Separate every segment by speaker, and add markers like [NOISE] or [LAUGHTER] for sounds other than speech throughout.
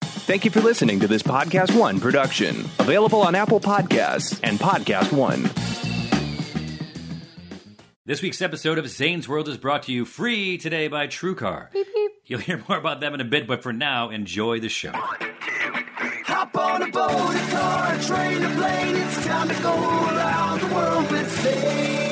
Speaker 1: Thank you for listening to this Podcast One production, available on Apple Podcasts and Podcast One.
Speaker 2: This week's episode of Zane's World is brought to you free today by TrueCar. You'll hear more about them in a bit, but for now, enjoy the show.
Speaker 3: Hop on a boat, a car, a train, a plane. It's time to go around the world with Zane.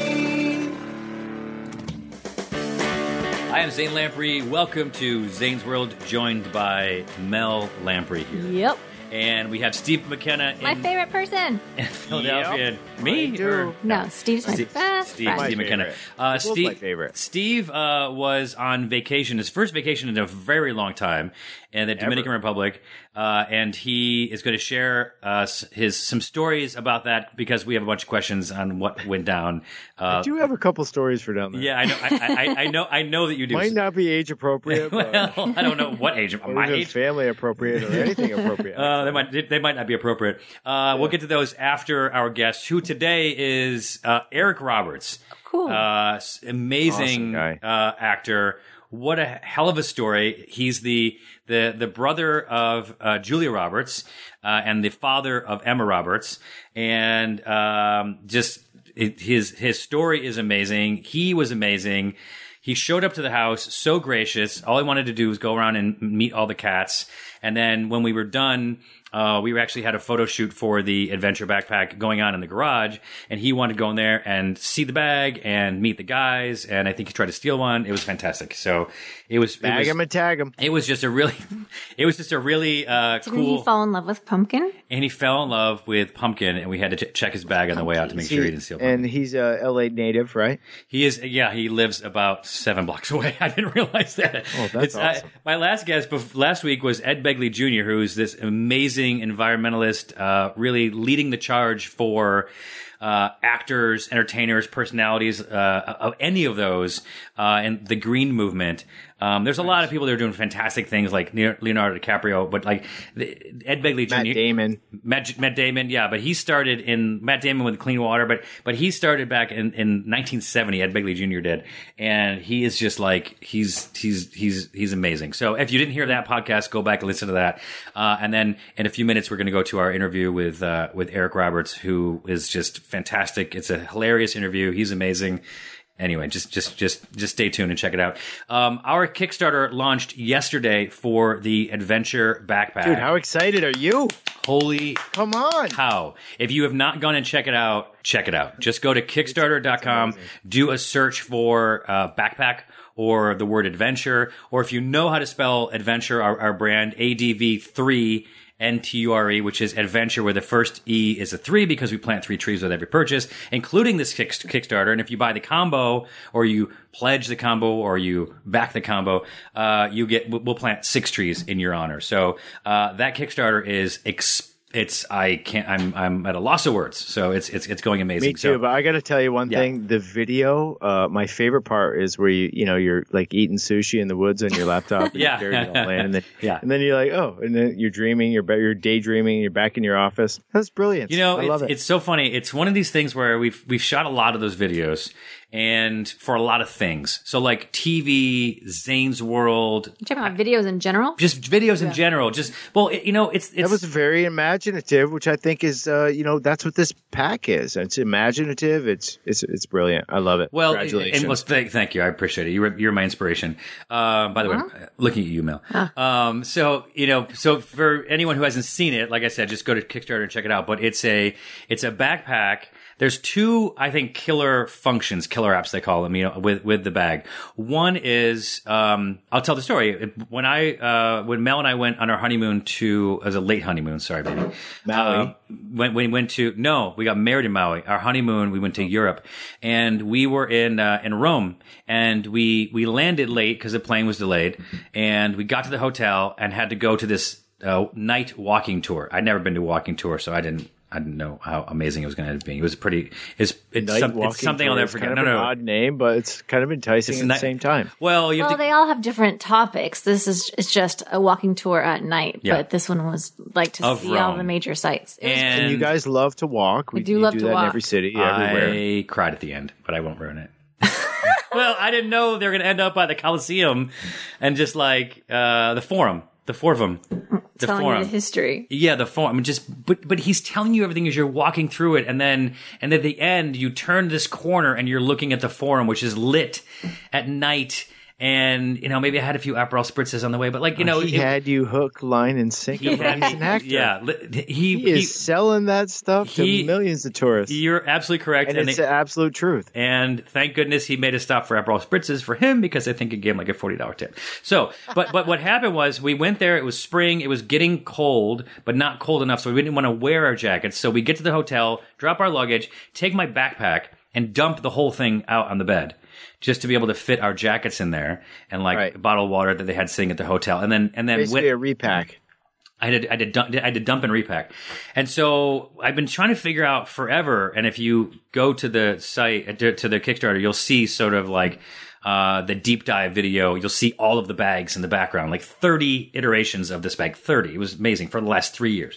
Speaker 2: I am Zane Lamprey. Welcome to Zane's World, joined by Mel Lamprey here.
Speaker 4: Yep.
Speaker 2: And we have Steve McKenna in
Speaker 4: My favorite person.
Speaker 2: Philadelphia. And me?
Speaker 5: do.
Speaker 2: Or-
Speaker 4: No, Steve's my
Speaker 2: Steve,
Speaker 4: best
Speaker 2: Steve,
Speaker 4: friend.
Speaker 2: Steve McKenna.
Speaker 5: favorite.
Speaker 2: Uh,
Speaker 5: Nicole's
Speaker 2: Steve,
Speaker 5: my favorite.
Speaker 2: Steve uh, was on vacation, his first vacation in a very long time, in the Dominican Republic, uh, and he is going to share us his some stories about that because we have a bunch of questions on what went down. Uh,
Speaker 5: I do have a couple stories for down there.
Speaker 2: yeah, I know, I, I, I know, I know that you do. [LAUGHS]
Speaker 5: Might not be age appropriate, but
Speaker 2: well, I don't know what age.
Speaker 5: or
Speaker 2: My
Speaker 5: even
Speaker 2: age.
Speaker 5: family appropriate or
Speaker 2: [LAUGHS]
Speaker 5: anything appropriate.
Speaker 2: Uh, they might they might not be appropriate. Uh, We'll get to those after our guest, who today is uh, Eric Roberts.
Speaker 4: Cool.
Speaker 2: uh, s- amazing
Speaker 5: Awesome guy.
Speaker 2: uh, actor. What a hell of a story! He's the the the brother of uh, Julia Roberts uh, and the father of Emma Roberts, and um, just it, his his story is amazing. He was amazing. He showed up to the house so gracious. All I wanted to do was go around and meet all the cats. And then when we were done, uh, we actually had a photo shoot for the adventure backpack going on in the garage, and he wanted to go in there and see the bag and meet the guys. And I think he tried to steal one. It was fantastic. So it was it
Speaker 5: Bag
Speaker 2: was,
Speaker 5: him and tag him.
Speaker 2: it was just a really, it was just a really uh,
Speaker 4: Didn't
Speaker 2: cool.
Speaker 4: he fall in love with Pumpkin?
Speaker 2: and he fell in love with Pumpkin, and we had to ch- check his bag on the way out to make [LAUGHS] sure he didn't steal. Pumpkin.
Speaker 5: and he's a LA native, right?
Speaker 2: He is, yeah, he lives about seven blocks [LAUGHS] away. I didn't realize that.
Speaker 5: Oh, that's
Speaker 2: I-
Speaker 5: awesome.
Speaker 2: my last guest bef- last week was Ed Begley Jr., who is this amazing environmentalist, uh, really leading the charge for uh, actors, entertainers, personalities, uh, of any of those, uh, and the green movement. Um, there's a lot of people that are doing fantastic things, like Ne- Leonardo DiCaprio, but like the, Ed Begley Jr.
Speaker 5: Matt Damon.
Speaker 2: Matt, Matt Damon, yeah, but he started in Matt Damon with Clean Water, but but he started back in, in 1970. Ed Begley Jr. did, and he is just like he's he's he's he's amazing. So if you didn't hear that podcast, go back and listen to that. Uh, and then in a few minutes, we're going to go to our interview with uh, with Eric Roberts, who is just fantastic. It's a hilarious interview. He's amazing anyway just just just just stay tuned and check it out um, our kickstarter launched yesterday for the adventure backpack
Speaker 5: Dude, how excited are you?
Speaker 2: holy
Speaker 5: Come on.
Speaker 2: how. If you have not gone and check it out, check it out. Just go to Kickstarter.com, do a search for uh, backpack or the word adventure, or if you know how to spell adventure, our, our brand ADV3. NTURE, E, which is adventure, where the first E is a three because we plant three trees with every purchase, including this kick- Kickstarter. And if you buy the combo or you pledge the combo or you back the combo, uh, you get, we'll we'll plant six trees in your honor. So, uh, that Kickstarter is exp- it's I can't I'm I'm at a loss of words. So it's it's it's going amazing.
Speaker 5: Me too,
Speaker 2: so
Speaker 5: but I got to tell you one
Speaker 2: Yeah.
Speaker 5: thing. The video, uh, my favorite part is where you, you know, you're like eating sushi in the woods on
Speaker 2: [LAUGHS]
Speaker 5: your laptop. And
Speaker 2: Yeah.
Speaker 5: you carry it all in, and then,
Speaker 2: [LAUGHS] Yeah.
Speaker 5: and then you're like, oh, and then you're dreaming, you're, ba- you're daydreaming, you're back in your office. That's brilliant.
Speaker 2: you know
Speaker 5: I
Speaker 2: it's,
Speaker 5: love it.
Speaker 2: it's so funny. It's one of these things where we've we've shot a lot of those videos and for a lot of things. So like TV, Zane's World,
Speaker 4: You talking about videos in general?
Speaker 2: just videos in general. Just well, it, you know, it's it's
Speaker 5: that was very imaginative, which I think is, uh, you know, that's what this pack is. It's imaginative. It's it's it's brilliant. I love it.
Speaker 2: Well,
Speaker 5: congratulations.
Speaker 2: and well, thank, thank you. I appreciate it. You're, you're my inspiration. Uh, by the way, looking at you, Mel. Um, so you know, so for anyone who hasn't seen it, like I said, just go to Kickstarter and check it out. But it's a it's a backpack. There's two, I think, killer functions, killer apps they call them. You know, with with the bag. One is um, I'll tell the story. When I uh, when Mel and I went on our honeymoon to as a late honeymoon. Sorry, baby.
Speaker 5: Maui.
Speaker 2: Uh, went we went to no, we got married in Maui. Our honeymoon, we went to Europe, and we were in uh, in Rome, and we we landed late because the plane was delayed, and we got to the hotel and had to go to this uh, night walking tour. I'd never been to a walking tour, so I didn't. I didn't know how amazing it was going to end up being. It was pretty. It's it's,
Speaker 5: Night
Speaker 2: some- it's
Speaker 5: Walking
Speaker 2: something I'll
Speaker 5: Tour
Speaker 2: never
Speaker 5: is
Speaker 2: forget.
Speaker 5: Kind
Speaker 2: no,
Speaker 5: of
Speaker 2: no,
Speaker 5: an odd name, but it's kind of enticing
Speaker 2: It's
Speaker 5: at
Speaker 2: ni-
Speaker 5: the same time.
Speaker 2: Well, you have to,
Speaker 4: Well, they all have different topics. This is it's just a walking tour at night,
Speaker 2: Yeah.
Speaker 4: but this one was like to
Speaker 2: Of
Speaker 4: see all
Speaker 2: Rome.
Speaker 4: the major sites. It was-
Speaker 2: and,
Speaker 5: And, you guys love to walk. We
Speaker 4: do
Speaker 5: you
Speaker 4: love to
Speaker 5: that
Speaker 4: walk.
Speaker 5: in every city, everywhere.
Speaker 2: I cried at the end, but I won't ruin it. [LAUGHS] well, I didn't know they were going to end up by the Coliseum and just like uh, the Forum, the Forum. the
Speaker 4: telling you
Speaker 2: forum.
Speaker 4: the history.
Speaker 2: Yeah, the form. I mean, Just but but he's telling you everything as you're walking through it, and then and at the end you turn this corner and you're looking at the forum, which is lit at night. And you know, maybe I had a few Aperol spritzes on the way, but like you know,
Speaker 5: Uh, he
Speaker 2: it-
Speaker 5: had you hook, line, and sinker.
Speaker 2: he
Speaker 5: Yeah,
Speaker 2: had [LAUGHS]
Speaker 5: an actor.
Speaker 2: yeah, li- he,
Speaker 5: he is selling that stuff to
Speaker 2: he-
Speaker 5: millions of tourists,
Speaker 2: he- You're absolutely correct,
Speaker 5: and,
Speaker 2: and,
Speaker 5: it's
Speaker 2: they-
Speaker 5: the absolute truth.
Speaker 2: and thank goodness he made a stop for Aperol spritzes for him because I think it gave him like a forty dollar tip. So, but but what happened was we went there. It was spring. It was getting cold, but not cold enough, so we didn't want to wear our jackets. So we get to the hotel, drop our luggage, take my backpack, and dump the whole thing out on the bed. Just to be able to fit our jackets in there and like
Speaker 5: Right.
Speaker 2: bottled water that they had sitting at the hotel, and then and then
Speaker 5: Basically,
Speaker 2: went-
Speaker 5: a repack.
Speaker 2: I had to, I had to dump, I had to dump and repack, and so I've been trying to figure out forever. And if you go to the site to, to the Kickstarter, you'll see sort of like uh, the deep dive video. You'll see all of the bags in the background, like thirty iterations of this bag. Thirty, it was amazing for the last three years.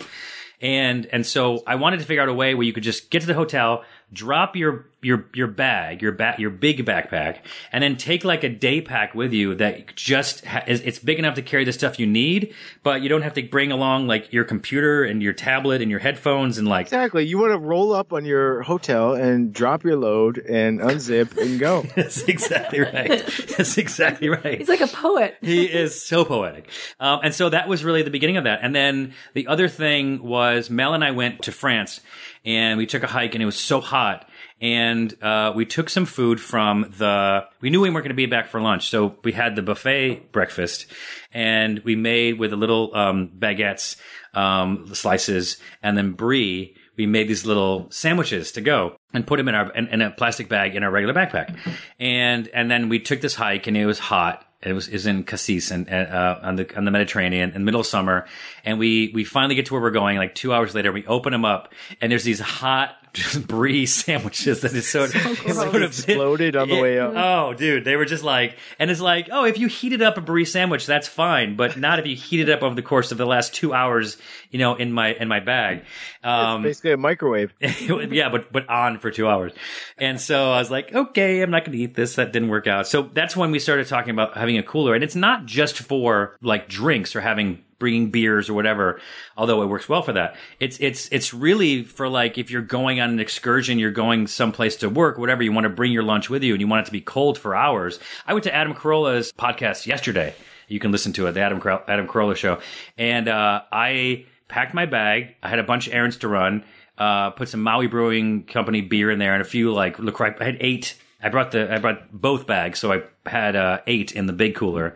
Speaker 2: And and so I wanted to figure out a way where you could just get to the hotel, drop your your your bag, your ba- your big backpack, and then take like a day pack with you that just ha- is, it's big enough to carry the stuff you need, but you don't have to bring along like your computer and your tablet and your headphones and like [LAUGHS]
Speaker 5: Exactly. You want to roll up on your hotel and drop your load and unzip and go.
Speaker 2: that's exactly right. That's exactly right.
Speaker 4: He's like a poet.
Speaker 2: he is so poetic. Um, and so that was really the beginning of that. And then the other thing was Mel and I went to France and we took a hike and it was so hot. And uh, we took some food from the. We knew we weren't going to be back for lunch, so we had the buffet breakfast, and we made with the little um, baguettes, um, slices, and then brie we made these little sandwiches to go and put them in our in, in a plastic bag in our regular backpack, and and then we took this hike and it was hot. It was is in Cassis and and, uh, on the on the Mediterranean in middle of summer, and we we finally get to where we're going. Like two hours later, we open them up and there's these hot [LAUGHS] brie sandwiches that is so, it's sort of
Speaker 5: Exploded on the way up.
Speaker 2: Oh, dude, they were just like, and it's like, oh, if you heated up a brie sandwich, that's fine, but not if you heat it up over the course of the last two hours, you know, in my in my bag. [LAUGHS] Um,
Speaker 5: Basically, a microwave.
Speaker 2: [LAUGHS] yeah, but but on for two hours, and so I was like, okay, I'm not going to eat this. That didn't work out. So that's when we started talking about having a cooler, and it's not just for like drinks or having bringing beers or whatever. Although it works well for that, it's it's it's really for like if you're going on an excursion, you're going someplace to work, whatever. You want to bring your lunch with you, and you want it to be cold for hours. I went to Adam Carolla's podcast yesterday. You can listen to it, the Adam Car- Adam Carolla show, and uh, I packed my bag. I had a bunch of errands to run. Uh, put some Maui Brewing Company beer in there and a few like Lacroix. I had eight. I brought the I brought both bags, so I had uh, eight in the big cooler.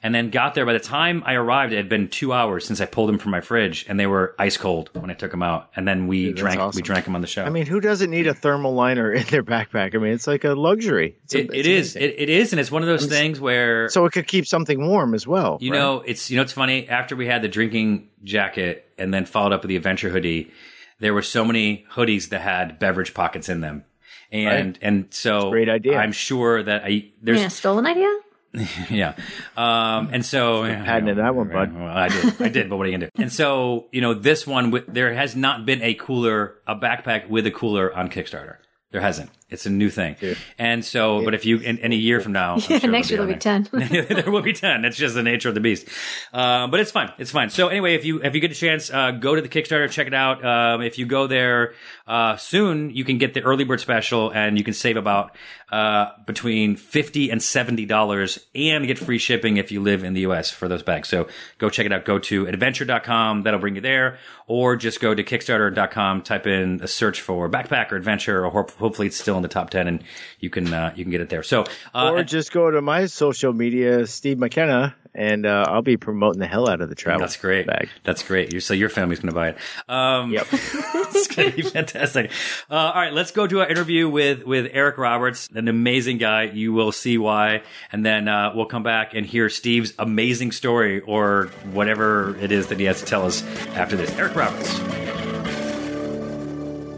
Speaker 2: And then got there. By the time I arrived, it had been two hours since I pulled them from my fridge, and they were ice cold when I took them out. And then we
Speaker 5: that's
Speaker 2: drank we
Speaker 5: awesome.
Speaker 2: drank them on the show.
Speaker 5: I mean, who doesn't need a thermal liner in their backpack? I mean, it's like a luxury. It's a-
Speaker 2: it, it
Speaker 5: it's
Speaker 2: is
Speaker 5: amazing.
Speaker 2: it, it is, and it's one of those things where
Speaker 5: so it could keep something warm as well.
Speaker 2: You
Speaker 5: right?
Speaker 2: know, it's you know, it's funny. After we had the drinking jacket and then followed up with the adventure hoodie, there were so many hoodies that had beverage pockets in them, and and so
Speaker 5: great idea.
Speaker 2: I'm sure that I
Speaker 4: Yeah,
Speaker 2: there's
Speaker 4: stolen idea.
Speaker 2: [LAUGHS] yeah, um, and so yeah,
Speaker 5: patented
Speaker 2: yeah,
Speaker 5: that one, bud.
Speaker 2: Well, I did, I did, but what are you gonna do? And so you know, this one with, there has not been a cooler, a backpack with a cooler on Kickstarter. There hasn't. It's a new thing, and so. But if you in, in a year from now, I'm sure
Speaker 4: Yeah,
Speaker 2: it'll
Speaker 4: next year
Speaker 2: on
Speaker 4: there'll be
Speaker 2: there.
Speaker 4: ten.
Speaker 2: [LAUGHS] there will be ten. That's just the nature of the beast. Uh, but it's fine. It's fine. So anyway, if you if you get a chance, uh, go to the Kickstarter, check it out. Um, if you go there uh, soon, you can get the early bird special, and you can save about uh, between fifty and seventy dollars, and get free shipping if you live in the U.S. for those bags. So go check it out. Go to adventure.com. That'll bring you there, or just go to kickstarter.com. Type in a search for backpack or adventure, or ho- hopefully it's still in the top ten, and you can uh, you can get it there. So uh,
Speaker 5: or just go to my social media, Steve McKenna, and uh, I'll be promoting the hell out of the travel.
Speaker 2: That's great.
Speaker 5: Oh, Bag.
Speaker 2: That's great. You're, so your family's going to buy it. Um, [LAUGHS]
Speaker 5: Yep. [LAUGHS]
Speaker 2: it's going to be fantastic. Uh, all right, let's go to our interview with with Eric Roberts, an amazing guy. You will see why, and then uh, we'll come back and hear Steve's amazing story or whatever it is that he has to tell us after this. Eric Roberts.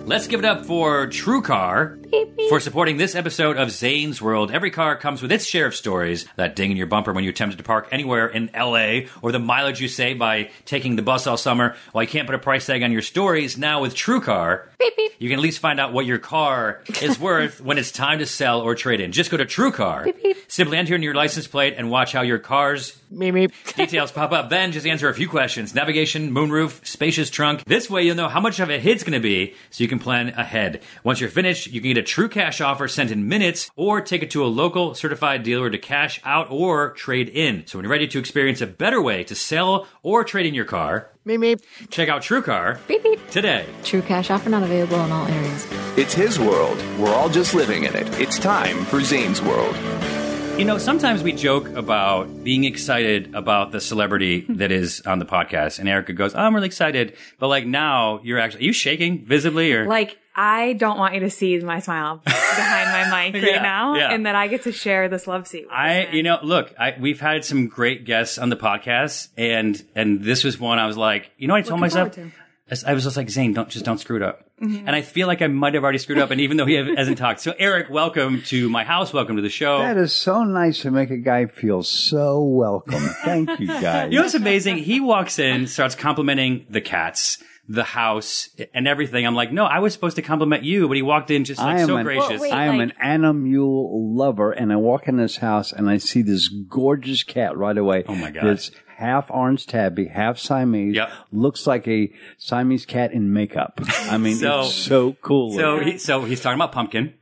Speaker 2: Let's give it up for TrueCar. for supporting this episode of Zane's World. Every car comes with its share of stories that ding in your bumper when you attempted to park anywhere in LA, or the mileage you save by taking the bus all summer. While you can't put a price tag on your stories, now with TrueCar, you can at least find out what your car is worth when it's time to sell or trade in. Just go to TrueCar, simply enter in your license plate, and watch how your car's
Speaker 5: Meep, meep.
Speaker 2: Details pop up, then just answer a few questions. Navigation, moonroof, spacious trunk. This way you'll know how much of a hit's gonna be, so you can plan ahead. Once you're finished, you can get a true cash offer sent in minutes, or take it to a local certified dealer to cash out or trade in. So when you're ready to experience a better way to sell or trade in your car,
Speaker 5: Meep, meep.
Speaker 2: check out TrueCar
Speaker 4: Beep beep.
Speaker 2: today.
Speaker 4: True cash offer not available in all areas.
Speaker 1: It's his world. We're all just living in it. It's time for Zane's World.
Speaker 2: You know, sometimes we joke about being excited about the celebrity that is on the podcast, and Erica goes, "I'm really excited," but like now you're actually are you shaking visibly or
Speaker 6: Like, I don't want you to see my smile behind my
Speaker 2: [LAUGHS]
Speaker 6: mic right
Speaker 2: Yeah,
Speaker 6: now,
Speaker 2: yeah.
Speaker 6: and that I get to share this love seat. With
Speaker 2: I,
Speaker 6: this man.
Speaker 2: you know, look, I, we've had some great guests on the podcast, and and this was one I was like, you know, what I told
Speaker 6: Looking
Speaker 2: myself,
Speaker 6: forward
Speaker 2: I s- I was just like, Zane, don't just don't screw it up. And I feel like I might have already screwed up, and even though he ha- hasn't talked, so Eric, welcome to my house, welcome to the show.
Speaker 7: That is so nice to make a guy feel so welcome.
Speaker 2: [LAUGHS]
Speaker 7: Thank you, guys.
Speaker 2: you know what's amazing? He walks in, starts complimenting the cats, the house, and everything. I'm like, no, I was supposed to compliment you, but he walked in just like
Speaker 7: I am
Speaker 2: so
Speaker 7: an-
Speaker 2: gracious.
Speaker 4: Well, wait.
Speaker 7: I am
Speaker 4: like-
Speaker 7: an animal lover, and I walk in this house and I see this gorgeous cat right away. Oh
Speaker 2: my God.
Speaker 7: It's half orange tabby, half Siamese.
Speaker 2: Yep.
Speaker 7: Looks like a Siamese cat in makeup. I
Speaker 2: [LAUGHS]
Speaker 7: mean,
Speaker 2: So-
Speaker 7: it's so cool.
Speaker 2: So he, so he's talking about pumpkin.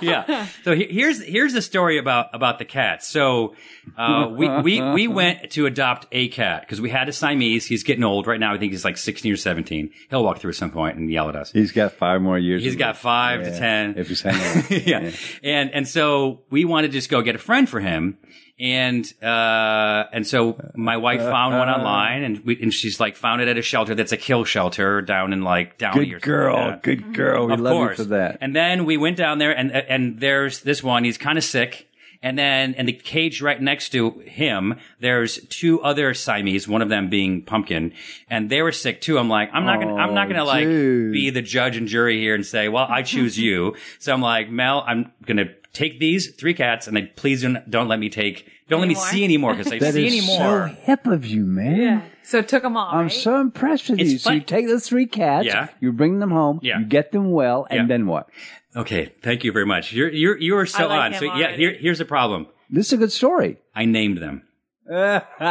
Speaker 2: yeah. So he, here's here's the story about about the cat. So uh, we we we went to adopt a cat because we had a Siamese. He's getting old right now. I think he's like 16 or 17. He'll walk through at some point and yell at us.
Speaker 7: He's got five more years.
Speaker 2: He's
Speaker 7: of
Speaker 2: got
Speaker 7: it.
Speaker 2: five to
Speaker 7: Yeah,
Speaker 2: ten.
Speaker 7: If
Speaker 2: [LAUGHS]
Speaker 7: he's hanging out.
Speaker 2: yeah. And and so we wanted to just go get a friend for him. And uh and so my wife found one online and we and she's like found it at a shelter that's a kill shelter down in like Downey or
Speaker 7: Good
Speaker 2: something
Speaker 7: girl.
Speaker 2: like that.
Speaker 7: Good girl. We
Speaker 2: Of
Speaker 7: love
Speaker 2: course.
Speaker 7: you for that.
Speaker 2: And then we went down there, and and there's this one. He's kind of sick. And then in the cage right next to him, there's two other Siamese. One of them being Pumpkin, and they were sick too. I'm like, I'm not gonna, I'm not gonna like
Speaker 7: Oh, dude.
Speaker 2: be the judge and jury here and say, well, I choose
Speaker 7: [LAUGHS]
Speaker 2: you. so I'm like, Mel, I'm gonna take these three cats, and then please don't, don't let me take, don't
Speaker 6: Anymore?
Speaker 2: let me see anymore
Speaker 7: [LAUGHS]
Speaker 2: because I
Speaker 7: That
Speaker 2: see
Speaker 7: is
Speaker 2: anymore.
Speaker 7: so hip of you, man.
Speaker 6: yeah. So it took them all.
Speaker 7: I'm
Speaker 6: right?
Speaker 7: so impressed with
Speaker 2: It's
Speaker 7: you. So
Speaker 2: fun-
Speaker 7: you take the three cats,
Speaker 2: Yeah.
Speaker 7: you bring them home,
Speaker 2: Yeah.
Speaker 7: you get them well, and
Speaker 2: Yeah.
Speaker 7: then what?
Speaker 2: okay, thank you very much. You're you're you are so
Speaker 6: like
Speaker 2: on.
Speaker 6: him
Speaker 2: So yeah,
Speaker 6: already.
Speaker 2: here, here's the problem.
Speaker 7: This is a good story.
Speaker 2: I named them.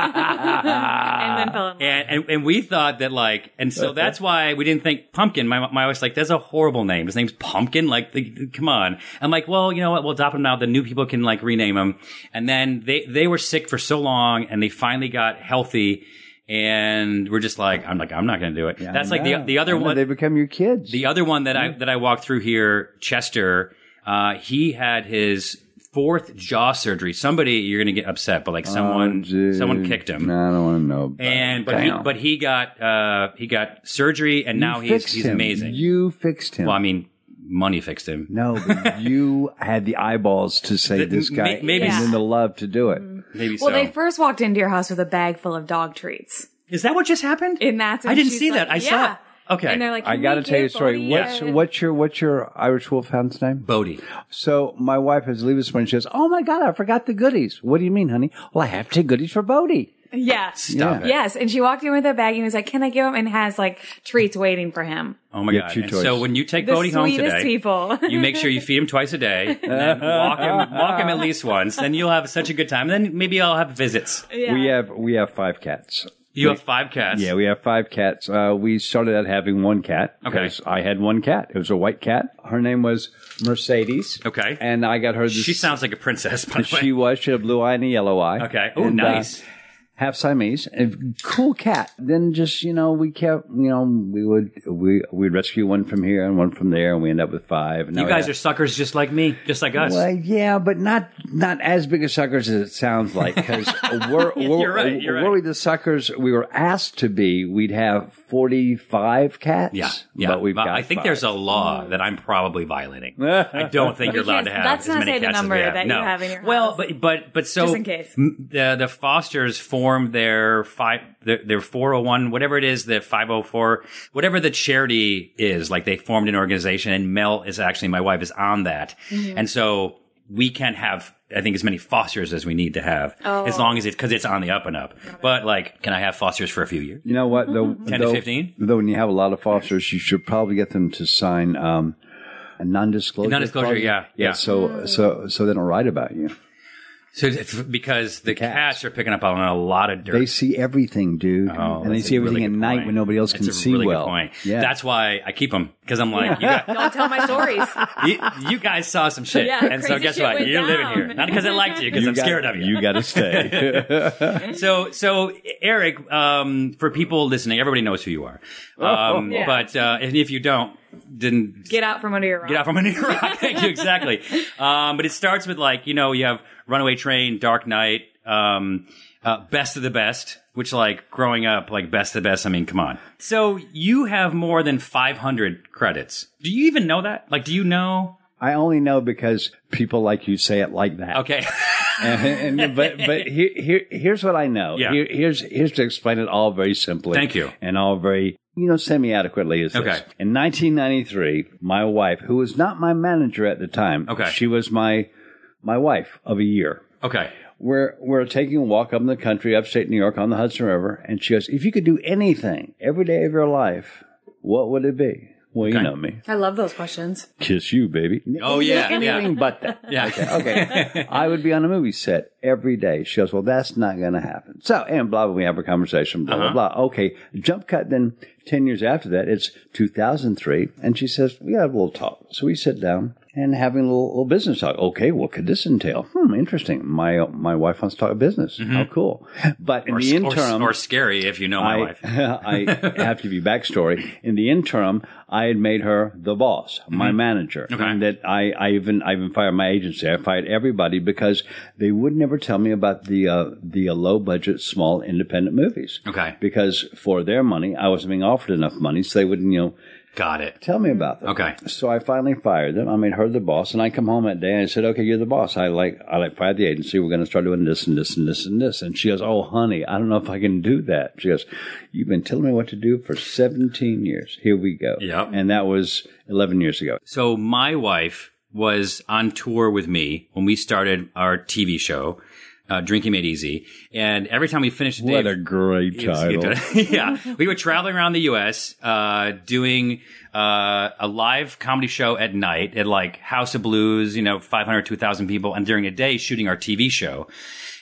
Speaker 6: and then fell in love.
Speaker 2: And, and and we thought that like, and so that's why we didn't think pumpkin. My my wife's like, that's a horrible name. His name's pumpkin. Like, the, come on. I'm like, well, you know what? We'll adopt him now. The new people can like rename him. And then they they were sick for so long, and they finally got healthy. And we're just like, I'm like, I'm not gonna do it. that's like the
Speaker 7: Yeah.
Speaker 2: the other
Speaker 7: I know,
Speaker 2: one.
Speaker 7: They Mm-hmm. become your kids.
Speaker 2: The other one that I that I walked through here, Chester, uh, he had his fourth jaw surgery. Somebody, you're gonna get upset, but like
Speaker 7: Oh,
Speaker 2: someone
Speaker 7: Dude,
Speaker 2: someone kicked him.
Speaker 7: No, I don't want to know. about
Speaker 2: And
Speaker 7: it.
Speaker 2: but he,
Speaker 7: Damn.
Speaker 2: but he got uh, he got surgery, and
Speaker 7: You
Speaker 2: now he's
Speaker 7: fixed
Speaker 2: he's
Speaker 7: him.
Speaker 2: amazing.
Speaker 7: You fixed him.
Speaker 2: well, I mean, money fixed him.
Speaker 7: no,
Speaker 2: [LAUGHS]
Speaker 7: but you had the eyeballs to say
Speaker 2: The-
Speaker 7: this guy,
Speaker 2: may- maybe-
Speaker 7: and then the love to do it.
Speaker 6: Mm-hmm.
Speaker 2: Maybe
Speaker 6: well,
Speaker 2: so.
Speaker 6: they first walked into your house with a bag full of dog treats,
Speaker 2: Is that what just happened?
Speaker 6: and that's
Speaker 2: I
Speaker 6: when
Speaker 2: didn't
Speaker 6: she's
Speaker 2: see
Speaker 6: like,
Speaker 2: that. I
Speaker 6: yeah.
Speaker 2: saw. Okay,
Speaker 6: And they're like,
Speaker 7: I
Speaker 6: "Can
Speaker 7: got to
Speaker 6: we
Speaker 7: tell you a
Speaker 6: give
Speaker 7: story.
Speaker 6: Bodhi
Speaker 7: What's
Speaker 6: a-"
Speaker 7: what's your what's your Irish Wolfhound's name?
Speaker 2: Bodie.
Speaker 7: So my wife has leave us when she says, "Oh my God, I forgot the goodies." What do you mean, honey? Well, I have two goodies for Bodie.
Speaker 6: Yeah.
Speaker 2: Stop
Speaker 7: Yeah.
Speaker 2: it.
Speaker 6: Yes, and she walked in with a bag and was like, "Can I give him?" And has like treats waiting for him.
Speaker 2: Oh my
Speaker 7: You have
Speaker 2: god!
Speaker 7: two
Speaker 2: And
Speaker 7: choices.
Speaker 2: so when you take
Speaker 6: The
Speaker 2: Bodie home
Speaker 6: sweetest
Speaker 2: today,
Speaker 6: people.
Speaker 2: you make sure you feed him twice a
Speaker 7: [LAUGHS]
Speaker 2: day, and then walk him walk him at least once. Then you'll have such a good time. Then maybe I'll have visits.
Speaker 6: [LAUGHS] Yeah.
Speaker 7: We uh, have we have five cats.
Speaker 2: You have five cats.
Speaker 7: Yeah, we have five cats. Uh, we started out having one cat
Speaker 2: Okay.
Speaker 7: because I had one cat. It was a white cat. Her name was Mercedes.
Speaker 2: Okay.
Speaker 7: and I got her. This,
Speaker 2: she
Speaker 7: [LAUGHS]
Speaker 2: sounds like a princess. By the way.
Speaker 7: She was. She had a blue eye and a yellow eye.
Speaker 2: Okay. Oh,
Speaker 7: And, uh,
Speaker 2: nice.
Speaker 7: half Siamese, and cool cat. Then just you know, we kept you know we would we we'd rescue one from here and one from there, and we end up with five. And
Speaker 2: you guys are suckers, just like me, just like us.
Speaker 7: Well, yeah, but not not as big a suckers as it sounds
Speaker 2: [LAUGHS]
Speaker 7: like because we're, we're, uh,
Speaker 2: You're right, you're
Speaker 7: were
Speaker 2: right.
Speaker 7: we the suckers we were asked to be, we'd have forty five cats.
Speaker 2: Yeah, yeah.
Speaker 7: but we've
Speaker 2: But
Speaker 7: got.
Speaker 2: I think
Speaker 7: five.
Speaker 2: there's a law that I'm probably violating.
Speaker 7: [LAUGHS]
Speaker 2: I don't think you're allowed to
Speaker 6: Because
Speaker 2: have
Speaker 6: let's
Speaker 2: as
Speaker 6: not
Speaker 2: many
Speaker 6: say the
Speaker 2: cats as
Speaker 6: number
Speaker 2: we have.
Speaker 6: that you
Speaker 2: no.
Speaker 6: have in your
Speaker 2: well,
Speaker 6: house.
Speaker 2: but but but so
Speaker 6: Just in case.
Speaker 2: m- the the Fosters formed formed their five, their, their 401, whatever it is, the 504, whatever the charity is, like they formed an organization and Mel is actually, my wife is on that.
Speaker 6: Mm-hmm.
Speaker 2: And so we can have, I think, as many fosters as we need to have,
Speaker 6: Oh.
Speaker 2: as long as it's, cause it's on the up and up. But like, can I have fosters for a few years?
Speaker 7: You know what? Though,
Speaker 2: 10 to
Speaker 7: though,
Speaker 2: 15?
Speaker 7: Though when you have a lot of fosters, you should probably get them to sign um, a non-disclosure.
Speaker 2: Non-disclosure,
Speaker 7: clause.
Speaker 2: yeah, yeah.
Speaker 7: So so so they don't write about you.
Speaker 2: So it's because the, cats.
Speaker 7: cats.
Speaker 2: are picking up on a lot of dirt.
Speaker 7: They see everything, dude,
Speaker 2: Oh,
Speaker 7: and they
Speaker 2: that's
Speaker 7: see
Speaker 2: a
Speaker 7: everything
Speaker 2: really
Speaker 7: at
Speaker 2: good
Speaker 7: night
Speaker 2: point.
Speaker 7: when nobody else
Speaker 2: That's
Speaker 7: can
Speaker 2: a
Speaker 7: see
Speaker 2: really good
Speaker 7: well.
Speaker 2: point.
Speaker 7: Yeah,
Speaker 2: That's why I keep them because I'm like,
Speaker 6: [LAUGHS]
Speaker 2: you,
Speaker 6: Don't tell
Speaker 2: [LAUGHS]
Speaker 6: my stories.
Speaker 2: guys, you, you guys saw some shit,
Speaker 6: Yeah,
Speaker 2: and so
Speaker 6: crazy
Speaker 2: guess
Speaker 6: shit
Speaker 2: what?
Speaker 6: went
Speaker 2: You're living
Speaker 6: down.
Speaker 2: here, not because I liked you, because
Speaker 7: You
Speaker 2: I'm
Speaker 7: got-
Speaker 2: scared of you.
Speaker 7: You got
Speaker 2: [LAUGHS]
Speaker 7: to stay.
Speaker 2: so, so Eric, um, for people listening, everybody knows who you are,
Speaker 7: Oh,
Speaker 2: um,
Speaker 6: Yeah.
Speaker 2: but uh, and if you don't, then
Speaker 6: Get out from under your rock.
Speaker 2: Get out from under your
Speaker 7: [LAUGHS]
Speaker 2: rock. Thank you exactly. Um, but it starts with like you know you have Runaway Train, Dark Knight, um, uh, Best of the Best, which like growing up like Best of the Best. I mean, come on. So you have more than 500 credits. Do you even know that? Like, do you know?
Speaker 7: I only know because people like you say it like that.
Speaker 2: Okay, [LAUGHS]
Speaker 7: and, and- but but here, here here's what I know.
Speaker 2: Yeah.
Speaker 7: Here, here's here's to explain it all very simply.
Speaker 2: Thank you.
Speaker 7: And all very you know semi adequately is this.
Speaker 2: Okay.
Speaker 7: In 1993, my wife, who was not my manager at the time,
Speaker 2: Okay.
Speaker 7: she was my my wife of a year.
Speaker 2: okay.
Speaker 7: We're we're taking a walk up in the country, upstate New York, on the Hudson River, and she goes, "If you could do anything every day of your life, what would it be?" Well, you
Speaker 2: Okay.
Speaker 7: know me,
Speaker 6: I love those questions.
Speaker 7: kiss you, baby.
Speaker 2: Oh yeah,
Speaker 7: Anything
Speaker 2: yeah,
Speaker 7: but that.
Speaker 2: yeah.
Speaker 7: Okay. [LAUGHS] I would be on a movie set every day. She goes, Well, that's not going to happen. So, and blah, blah, we have a conversation, blah,
Speaker 2: Uh-huh.
Speaker 7: blah, blah. Okay. Jump cut. Then 10 years after that, it's 2003. And she says, We have a little talk. So we sit down and having a little, little business talk. Okay. What could this entail? Hmm. Interesting. My, my wife wants to talk business. How cool. But
Speaker 2: Mm-hmm.
Speaker 7: in
Speaker 2: Or,
Speaker 7: the
Speaker 2: or-
Speaker 7: interim,
Speaker 2: or scary if you know my
Speaker 7: I,
Speaker 2: wife.
Speaker 7: [LAUGHS] I
Speaker 2: [LAUGHS]
Speaker 7: have to give you backstory. In the interim, I had made her the boss, my manager.
Speaker 2: Mm-hmm. Okay.
Speaker 7: And that I, I even I even fired my agency. I fired everybody because they would never tell me about the uh, the uh, low budget small independent movies.
Speaker 2: Okay.
Speaker 7: Because for their money, I wasn't being offered enough money, so they wouldn't you know
Speaker 2: Got it.
Speaker 7: tell me about them.
Speaker 2: Okay.
Speaker 7: So I finally fired them. I made her the boss, and I come home that day and I said, "Okay, you're the boss. I like I like fired the agency. We're going to start doing this and this and this and this." And she goes, "Oh, honey, I don't know if I can do that." She goes, "You've been telling me what to do for 17 years. Here we go."
Speaker 2: Yep.
Speaker 7: And that was 11 years ago.
Speaker 2: So my wife was on tour with me when we started our TV show, uh, Drinking Made Easy. And every time we finished a day,
Speaker 7: What a great
Speaker 2: it was-
Speaker 7: title.
Speaker 2: [LAUGHS] yeah, we were traveling around the U.S. Uh, doing uh, a live comedy show at night at like House of Blues, you know, 500, 2,000 people, and during the day shooting our TV show.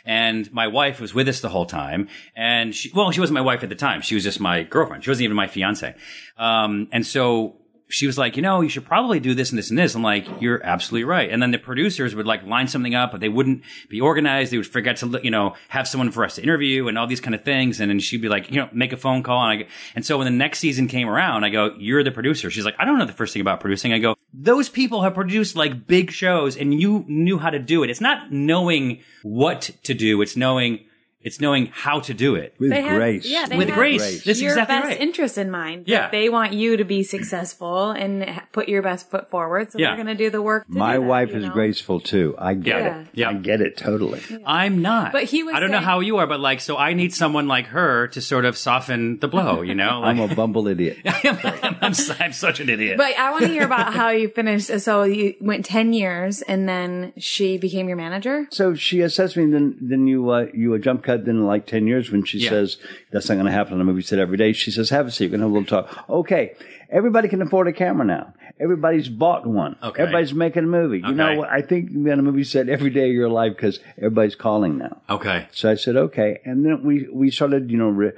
Speaker 2: And my wife was with us the whole time, and she well, she wasn't my wife at the time; she was just my girlfriend. She wasn't even my fiance. Um, and so she was like, you know, you should probably do this and this and this. I'm like, you're absolutely right. And then the producers would like line something up, but they wouldn't be organized. They would forget to, you know, have someone for us to interview and all these kind of things. And then she'd be like, you know, make a phone call. And I, go- and so when the next season came around, I go, you're the producer. She's like, I don't know the first thing about producing. I go, those people have produced like big shows and you knew how to do it. It's not knowing what to do. It's knowing, it's knowing how to do it.
Speaker 7: With
Speaker 6: They have-
Speaker 7: grace.
Speaker 6: yeah, they
Speaker 2: With
Speaker 6: have
Speaker 2: grace. This is
Speaker 6: your
Speaker 2: exactly
Speaker 6: best
Speaker 2: right.
Speaker 6: interest in mind.
Speaker 2: Yeah.
Speaker 6: They want you to be successful and ha- put your best foot forward. So
Speaker 2: Yeah.
Speaker 6: they're going to do the work. to
Speaker 7: My
Speaker 6: do that,
Speaker 7: wife
Speaker 6: you
Speaker 7: is
Speaker 6: know?
Speaker 7: graceful too. I get
Speaker 2: Yeah.
Speaker 7: it.
Speaker 2: Yeah.
Speaker 7: I get it totally.
Speaker 2: I'm not.
Speaker 6: But he was
Speaker 2: I don't know
Speaker 6: saying-
Speaker 2: how you are, but like, so I need someone like her to sort of soften the blow. You know,
Speaker 7: [LAUGHS] I'm
Speaker 2: like,
Speaker 7: a bumble idiot.
Speaker 2: [LAUGHS] I'm, s- I'm such an idiot.
Speaker 6: But I want to hear about how you finished. So you went 10 years and then she became your manager?
Speaker 7: So she assessed me, and then then you uh, you a jump cut. Then in like ten years, when she
Speaker 2: Yeah.
Speaker 7: says that's not going to happen on a movie set every day, she says, "Have a seat, we're going to have a little talk." Okay, everybody can afford a camera now. Everybody's bought one.
Speaker 2: Okay.
Speaker 7: everybody's making a movie. You know
Speaker 2: Okay.
Speaker 7: what? I think you're on a movie set every day of your life because everybody's calling now.
Speaker 2: okay.
Speaker 7: So I said, okay. And then we, we started, you know, re-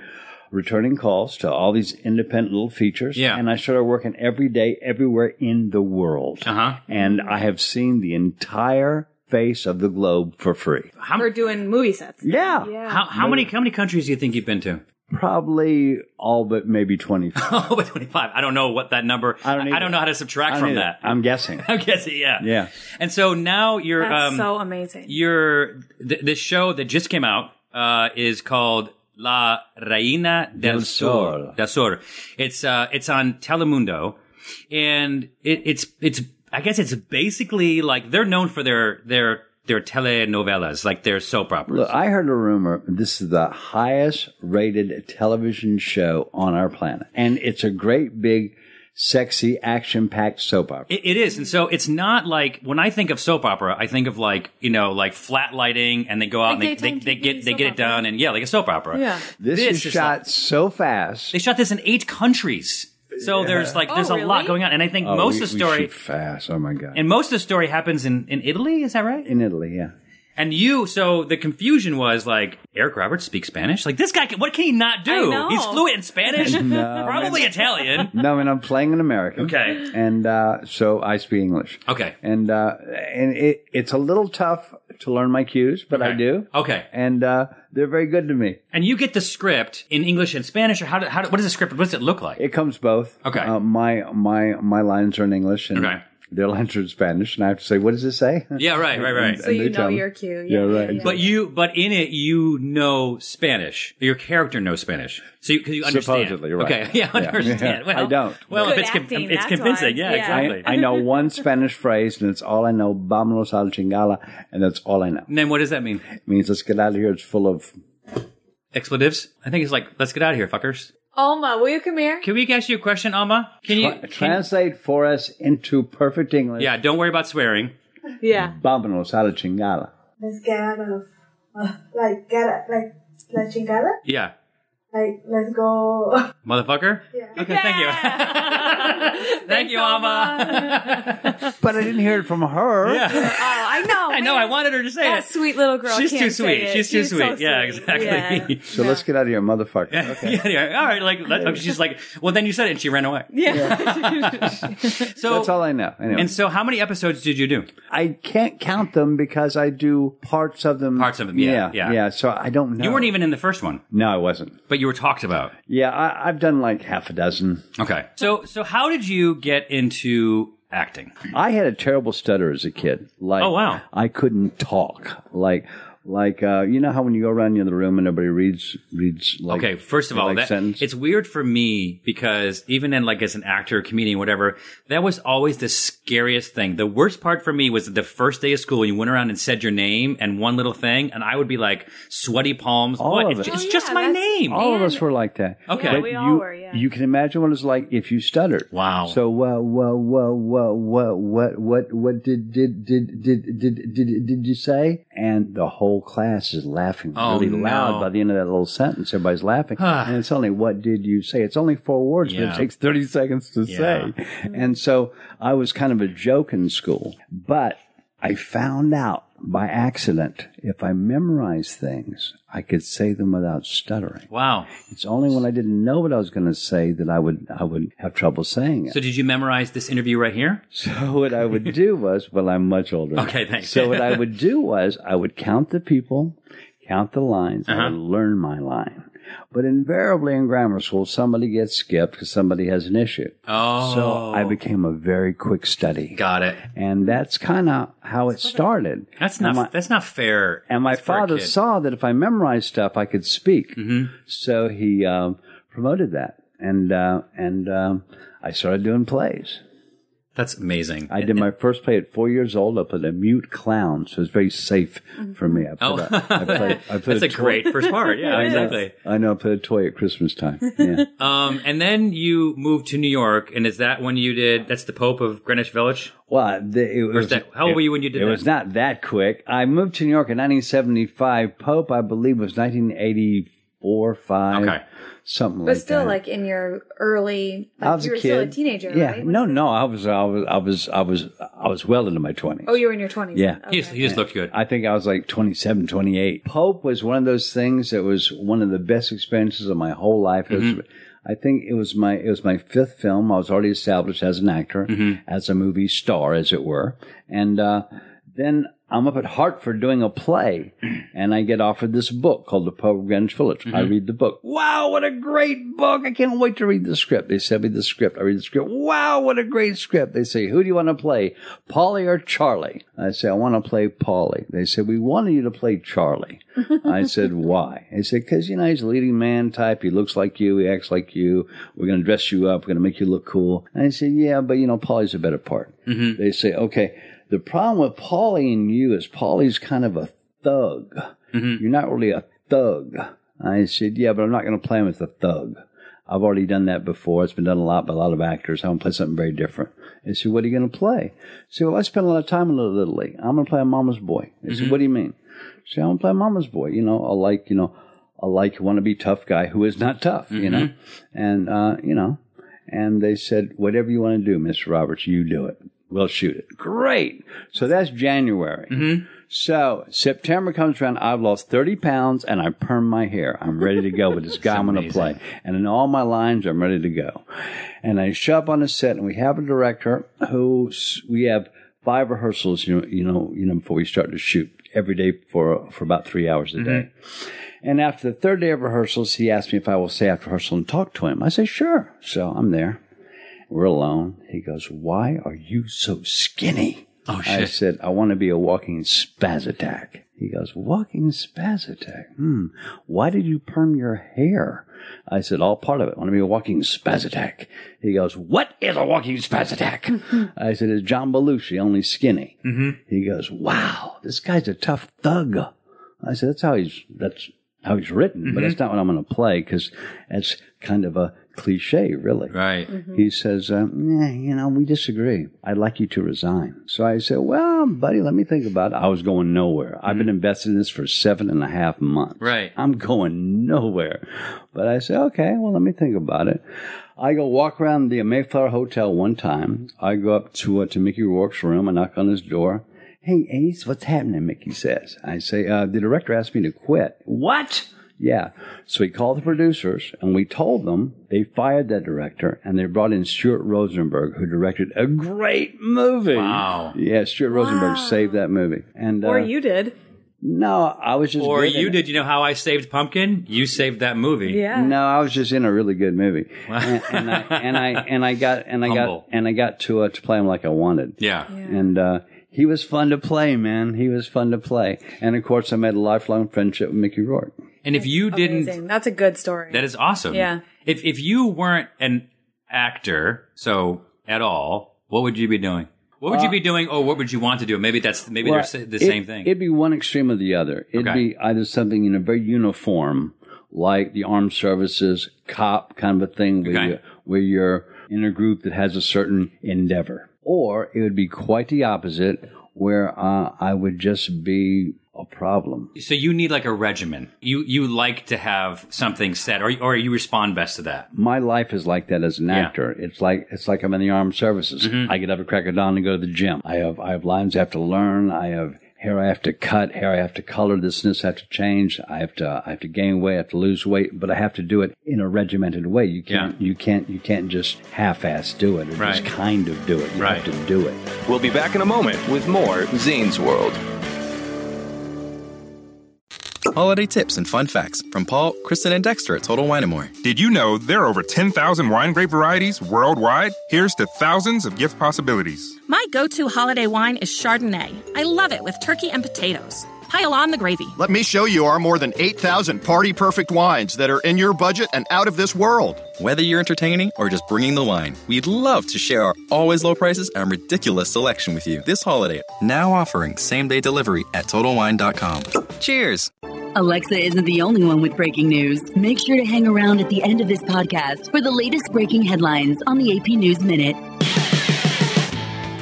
Speaker 7: returning calls to all these independent little features.
Speaker 2: Yeah.
Speaker 7: And I started working every day, everywhere in the world.
Speaker 2: Uh-huh.
Speaker 7: And I have seen the entire face of the globe for free.
Speaker 6: We're doing movie sets.
Speaker 7: Yeah.
Speaker 2: How, how many how many countries do you think you've been to? [LAUGHS]
Speaker 7: Probably all but maybe 20.
Speaker 2: Oh, but 25. I don't know what that number.
Speaker 7: I don't
Speaker 2: I don't
Speaker 7: either.
Speaker 2: know how to subtract from that. [LAUGHS]
Speaker 7: I'm guessing.
Speaker 2: I'm guessing, yeah,
Speaker 7: Yeah.
Speaker 2: And so now you're
Speaker 6: That's
Speaker 2: um,
Speaker 6: so amazing.
Speaker 2: you're th- this show that just came out uh, is called La Reina del,
Speaker 7: Del
Speaker 2: Sur.
Speaker 7: Sol.
Speaker 2: Del Sur. It's uh, it's on Telemundo, and it, it's it's I guess it's basically like they're known for their their they're telenovelas, like they're soap operas.
Speaker 7: Look, I heard a rumor this is the highest rated television show on our planet. And it's a great big sexy action packed soap opera.
Speaker 2: It, it is, and so it's not like when I think of soap opera, I think of like you know like flat lighting, and they go out
Speaker 6: Like
Speaker 2: and they, they,
Speaker 6: daytime
Speaker 2: they
Speaker 6: TV
Speaker 2: get they
Speaker 6: soap
Speaker 2: get it
Speaker 6: opera.
Speaker 2: done, and yeah, like a soap opera.
Speaker 6: Yeah.
Speaker 7: this,
Speaker 2: this
Speaker 7: is
Speaker 2: is
Speaker 7: shot so fast.
Speaker 2: They shot this in eight countries, so there's like there's a
Speaker 6: really?
Speaker 2: lot going on, and I think
Speaker 7: Oh,
Speaker 2: most
Speaker 7: we-
Speaker 2: of the
Speaker 7: we
Speaker 2: story
Speaker 7: shoot fast. Oh my god.
Speaker 2: and most of the story happens in in Italy. Is that right?
Speaker 7: in Italy, yeah.
Speaker 2: And you, so the confusion was like Eric Roberts speaks Spanish. Like this guy, can, what can he not do?
Speaker 6: I know.
Speaker 2: He's fluent in
Speaker 7: [LAUGHS]
Speaker 2: Spanish, [LAUGHS] probably Italian.
Speaker 7: No, and I'm playing an American.
Speaker 2: Okay.
Speaker 7: And uh, so I speak English.
Speaker 2: Okay.
Speaker 7: And uh, and it, it's a little tough to learn my cues, but I
Speaker 2: Okay.
Speaker 7: do.
Speaker 2: Okay.
Speaker 7: And uh, they're very good to me.
Speaker 2: And you get the script in English and Spanish, or how? Do, how? Do, what is the script? What does it look like?
Speaker 7: It comes both.
Speaker 2: Okay.
Speaker 7: Uh, my my my lines are in English, and
Speaker 2: Okay.
Speaker 7: their lines are in Spanish, and I have to say, what does it say?
Speaker 2: yeah, right, right, right.
Speaker 6: So
Speaker 7: And they
Speaker 6: you know
Speaker 7: tell me.
Speaker 6: your cue.
Speaker 7: Yeah, right.
Speaker 2: But you, but in it, you know Spanish. Your character knows Spanish, so you, cause you understand.
Speaker 7: Supposedly, right.
Speaker 2: Okay, [LAUGHS] yeah,
Speaker 7: Yeah.
Speaker 2: understand.
Speaker 7: Yeah.
Speaker 2: Well,
Speaker 7: [LAUGHS] I don't.
Speaker 2: Well,
Speaker 6: Good
Speaker 2: if it's, con-
Speaker 6: acting,
Speaker 2: if it's
Speaker 6: that's
Speaker 2: convincing,
Speaker 6: why.
Speaker 2: yeah,
Speaker 6: Yeah.
Speaker 2: exactly.
Speaker 7: I
Speaker 2: [LAUGHS]
Speaker 7: know one Spanish phrase, and it's all I know. Vámonos al chingala, and that's all I know.
Speaker 2: and then what does that mean?
Speaker 7: It means let's get out of here. It's full of
Speaker 2: Expletives? I think it's like, let's get out of here, fuckers.
Speaker 6: Alma, will you come here?
Speaker 2: Can we ask you a question, Alma? Can you?
Speaker 7: Tra-
Speaker 2: can-
Speaker 7: translate for us into perfect English.
Speaker 2: yeah, don't worry about swearing.
Speaker 6: Yeah.
Speaker 7: Vámonos al chingala.
Speaker 8: Let's get out of, uh, like, get out, like, la chingada?
Speaker 2: Yeah.
Speaker 8: Like, let's go.
Speaker 2: Motherfucker? Yeah. Okay, thank you. [LAUGHS] thank you, Alma.
Speaker 7: But I didn't hear it from her.
Speaker 6: Oh, I know.
Speaker 2: [LAUGHS] I know, I wanted her to say
Speaker 6: That
Speaker 2: it.
Speaker 6: sweet little girl.
Speaker 2: She's
Speaker 6: can't
Speaker 2: too
Speaker 6: say
Speaker 2: sweet.
Speaker 6: it.
Speaker 2: She's too
Speaker 6: so
Speaker 2: sweet. Yeah,
Speaker 7: [LAUGHS]
Speaker 2: exactly. [LAUGHS]
Speaker 7: So let's get out of here, motherfucker. Okay.
Speaker 2: Yeah, yeah. All right. Like, let- she's like, well, then you said it, and she ran away.
Speaker 6: Yeah. yeah. [LAUGHS]
Speaker 2: So,
Speaker 7: That's all I know. Anyway,
Speaker 2: and so, how many episodes did you do?
Speaker 7: I can't count them because I do parts of them.
Speaker 2: Parts of them, yeah, yeah.
Speaker 7: yeah. so I don't know.
Speaker 2: You weren't even in the first one,
Speaker 7: No, I wasn't.
Speaker 2: but you were talked about.
Speaker 7: Yeah, I, I've done like half a dozen.
Speaker 2: Okay. So, so how did you get into acting?
Speaker 7: I had a terrible stutter as a kid. Like,
Speaker 2: Oh, wow.
Speaker 7: I couldn't talk. Like, like uh, you know how when you go around the other room and nobody reads reads like
Speaker 2: Okay, first of all,
Speaker 7: like
Speaker 2: that,
Speaker 7: sentence.
Speaker 2: it's weird for me because even in like as an actor, comedian, whatever, that was always the scariest thing. The worst part for me was the first day of school. You went around and said your name and one little thing, and I would be like sweaty palms.
Speaker 7: All
Speaker 2: what?
Speaker 7: of
Speaker 2: it's
Speaker 7: it.
Speaker 2: it's
Speaker 6: Well,
Speaker 2: just
Speaker 6: Oh, yeah,
Speaker 2: my
Speaker 6: that's-
Speaker 2: name.
Speaker 7: all of
Speaker 6: Man.
Speaker 7: us were like that.
Speaker 2: Okay.
Speaker 6: Yeah,
Speaker 2: But
Speaker 6: we
Speaker 7: you,
Speaker 6: all were, yeah.
Speaker 7: You can imagine what it's like if you stuttered.
Speaker 2: Wow.
Speaker 7: So whoa, whoa, whoa, whoa, whoa, what, what, what did did did did did did, did you say? And the whole class is laughing
Speaker 2: Oh,
Speaker 7: really
Speaker 2: no.
Speaker 7: loud by the end of that little sentence.
Speaker 2: [SIGHS]
Speaker 7: Everybody's laughing, and it's only what did you say? It's only four words, but
Speaker 2: Yeah.
Speaker 7: it takes thirty seconds to
Speaker 2: Yeah.
Speaker 7: say. And so I was kind of a joke in school, but I found out by accident if I memorized things, I could say them without stuttering.
Speaker 2: wow.
Speaker 7: It's only when I didn't know what I was going to say that I would I would have trouble saying it.
Speaker 2: So did you memorize this interview right here?
Speaker 7: So what I would do was, well, I'm much older. now.
Speaker 2: Okay, thanks.
Speaker 7: So what I would do was, I would count the people, count the lines, and I
Speaker 2: Uh-huh.
Speaker 7: would learn my line. But invariably in grammar school, somebody gets skipped because somebody has an issue.
Speaker 2: Oh,
Speaker 7: So I became a very quick study,
Speaker 2: got it.
Speaker 7: and that's kind of how it started.
Speaker 2: That's
Speaker 7: And
Speaker 2: not
Speaker 7: my-
Speaker 2: that's not fair.
Speaker 7: and my
Speaker 2: That's for a
Speaker 7: father
Speaker 2: kid. Mm-hmm.
Speaker 7: saw that if I memorized stuff, I could speak. So he um, promoted that, and uh, and um, I started doing plays.
Speaker 2: That's amazing.
Speaker 7: I did my first play at four years old. I put a mute clown, so it's very safe for me. I
Speaker 2: [LAUGHS]
Speaker 7: put
Speaker 2: Oh.
Speaker 7: a,
Speaker 2: [LAUGHS]
Speaker 7: I played, I put
Speaker 2: that's a
Speaker 7: toy-
Speaker 2: great first
Speaker 7: [LAUGHS]
Speaker 2: part. Yeah, exactly.
Speaker 7: I know. I put a toy at Christmas time.
Speaker 2: [LAUGHS]
Speaker 7: Yeah.
Speaker 2: Um, and then you moved to New York, and is that when you did? That's the Pope of Greenwich Village.
Speaker 7: Well, the, it was.
Speaker 2: that- how old
Speaker 7: it-
Speaker 2: were you when you did
Speaker 7: It
Speaker 2: that?
Speaker 7: was not that quick. I moved to New York in 1975. Pope, I believe, was 1984, five,
Speaker 2: Okay.
Speaker 7: something like
Speaker 6: But still,
Speaker 7: that.
Speaker 6: like in your early, like
Speaker 7: I was
Speaker 6: you
Speaker 7: a
Speaker 6: were
Speaker 7: kid.
Speaker 6: still a teenager,
Speaker 7: Yeah.
Speaker 6: right?
Speaker 7: No, no, I was, I was, I was, I was, I was well into my twenties.
Speaker 6: Oh, you were in your twenties.
Speaker 7: Yeah.
Speaker 2: He just, he just looked good.
Speaker 7: I think I was like 27, 28. Pope was one of those things that was one of the best experiences of my whole life. It was, I think it was my it was my fifth film. I was already established as an actor, as a movie star, as it were. And uh, then I'm up at Hartford doing a play, and I get offered this book called The Pope of Greenwich Village. I read the book. Wow, what a great book! I can't wait to read the script. They send me the script. I read the script. Wow, what a great script! They say, "Who do you want to play, Polly or Charlie?" I say, "I want to play Polly." They said, "We wanted you to play Charlie." I said, "Why?" They said, "Because you know he's a leading man type. He looks like you. He acts like you. We're going to dress you up. We're going to make you look cool." And I said, "Yeah, but you know Polly's a better part." They say, "Okay." The problem with Paulie and you is Paulie's kind of a thug. You're not really a thug. I said, yeah, but I'm not going to play him as a thug. I've already done that before. It's been done a lot by a lot of actors. I'm going to play something very different. I said, what are you going to play? I said, well, I spent a lot of time in Little Little League. I'm going to play a mama's boy. I said, what do you mean? I said, I'm going to play a mama's boy. You know, I like, you know, I like want to be tough guy who is not tough, you know? And, uh, you know, and they said, whatever you want to do, Mr. Roberts, you do it. We'll shoot it. Great. So that's January. So September comes around. I've lost 30 pounds and I perm my hair. I'm ready to go with this guy I'm going to play. And in all my lines, I'm ready to go. And I show up on the set and we have a director who s- we have five rehearsals, you know, you know, you know, before we start to shoot every day for, for about three hours a day. And after the third day of rehearsals, he asked me if I will stay after rehearsal and talk to him. I say, sure. So I'm there. We're alone. He goes, why are you so skinny?
Speaker 2: Oh
Speaker 7: I
Speaker 2: shit.
Speaker 7: said, I want to be a walking spaz attack. He goes, walking spaz attack? Hmm. Why did you perm your hair? I said, all part of it. I want to be a walking spaz attack. He goes, what is a walking spaz attack?
Speaker 2: [LAUGHS]
Speaker 7: I said, it's John Belushi, only skinny. Mm-hmm. He goes, wow, this guy's a tough thug. I said, that's how he's, that's how he's written,
Speaker 2: Mm-hmm.
Speaker 7: but that's not what I'm going to play because that's kind of a cliche, really.
Speaker 2: Right.
Speaker 7: He says, um, "Yeah, you know, we disagree. I'd like you to resign. So I said, well, buddy, let me think about it. I was going nowhere. I've been invested in this for seven and a half months.
Speaker 2: Right.
Speaker 7: I'm going nowhere. But I said, okay, well, let me think about it. I go walk around the Mayflower Hotel one time. I go up to, uh, to Mickey Rourke's room. I knock on his door. Hey, Ace, what's happening? Mickey says. I say, uh, the director asked me to quit. What? Yeah. So he called the producers and we told them they fired that director and they brought in Stuart Rosenberg, who directed a great movie.
Speaker 2: Wow.
Speaker 7: Yeah, Stuart Rosenberg saved that movie. And
Speaker 6: Or
Speaker 7: uh,
Speaker 6: you did.
Speaker 7: No, I was just
Speaker 2: Or
Speaker 7: good in
Speaker 2: you
Speaker 7: it.
Speaker 2: did. You know how I saved Pumpkin? You saved that movie.
Speaker 6: Yeah.
Speaker 7: No, I was just in a really good movie, and, and I and I and I got and I
Speaker 2: Humble.
Speaker 7: got and I got to uh, to play him like I wanted.
Speaker 2: Yeah.
Speaker 7: and uh, he was fun to play, man. He was fun to play, and of course, I made a lifelong friendship with Mickey Rourke.
Speaker 2: And if you didn't,
Speaker 6: Amazing. That's a good story.
Speaker 2: that is awesome.
Speaker 6: Yeah.
Speaker 2: If if you weren't an actor, so at all, what would you be doing? What would you be doing, or what would you want to do? Maybe that's maybe
Speaker 7: Uh, Well,
Speaker 2: they're sa- the
Speaker 7: it-
Speaker 2: same thing.
Speaker 7: It'd be one extreme or the other. It'd
Speaker 2: Okay.
Speaker 7: be either something in a very uniform, like the armed services cop kind of a thing, where,
Speaker 2: Okay.
Speaker 7: you, where you're in a group that has a certain endeavor, or it would be quite the opposite, where uh, I would just be a problem.
Speaker 2: so you need like a regimen. You you like to have something set, or or you respond best to that.
Speaker 7: my life is like that as an actor. It's like it's like I'm in the armed services.
Speaker 2: Mm-hmm.
Speaker 7: I get up at crack of dawn and go to the gym. I have I have lines I have to learn. I have hair I have to cut, hair I have to color, this and this I have to change. I have to I have to gain weight, I have to lose weight, but I have to do it in a regimented way. You can't you can't you can't just half ass do it or
Speaker 2: Right.
Speaker 7: just kind of do it. You
Speaker 2: Right.
Speaker 7: have to do it.
Speaker 1: We'll be back in a moment with more Zane's World.
Speaker 9: Holiday tips and fun facts from Paul, Kristen, and Dexter at Total Wine & More.
Speaker 10: Did you know there are over 10,000 wine grape varieties worldwide? Here's to thousands of gift possibilities.
Speaker 11: My go to holiday wine is Chardonnay. I love it with turkey and potatoes. Pile on the gravy.
Speaker 9: Let me show you our more than 8,000 party-perfect wines that are in your budget and out of this world. Whether you're entertaining or just bringing the wine, we'd love to share our always low prices and ridiculous selection with you this holiday. Now offering same-day delivery at TotalWine.com. Cheers!
Speaker 11: Alexa isn't the only one with breaking news. Make sure to hang around at the end of this podcast for the latest breaking headlines on the AP News Minute.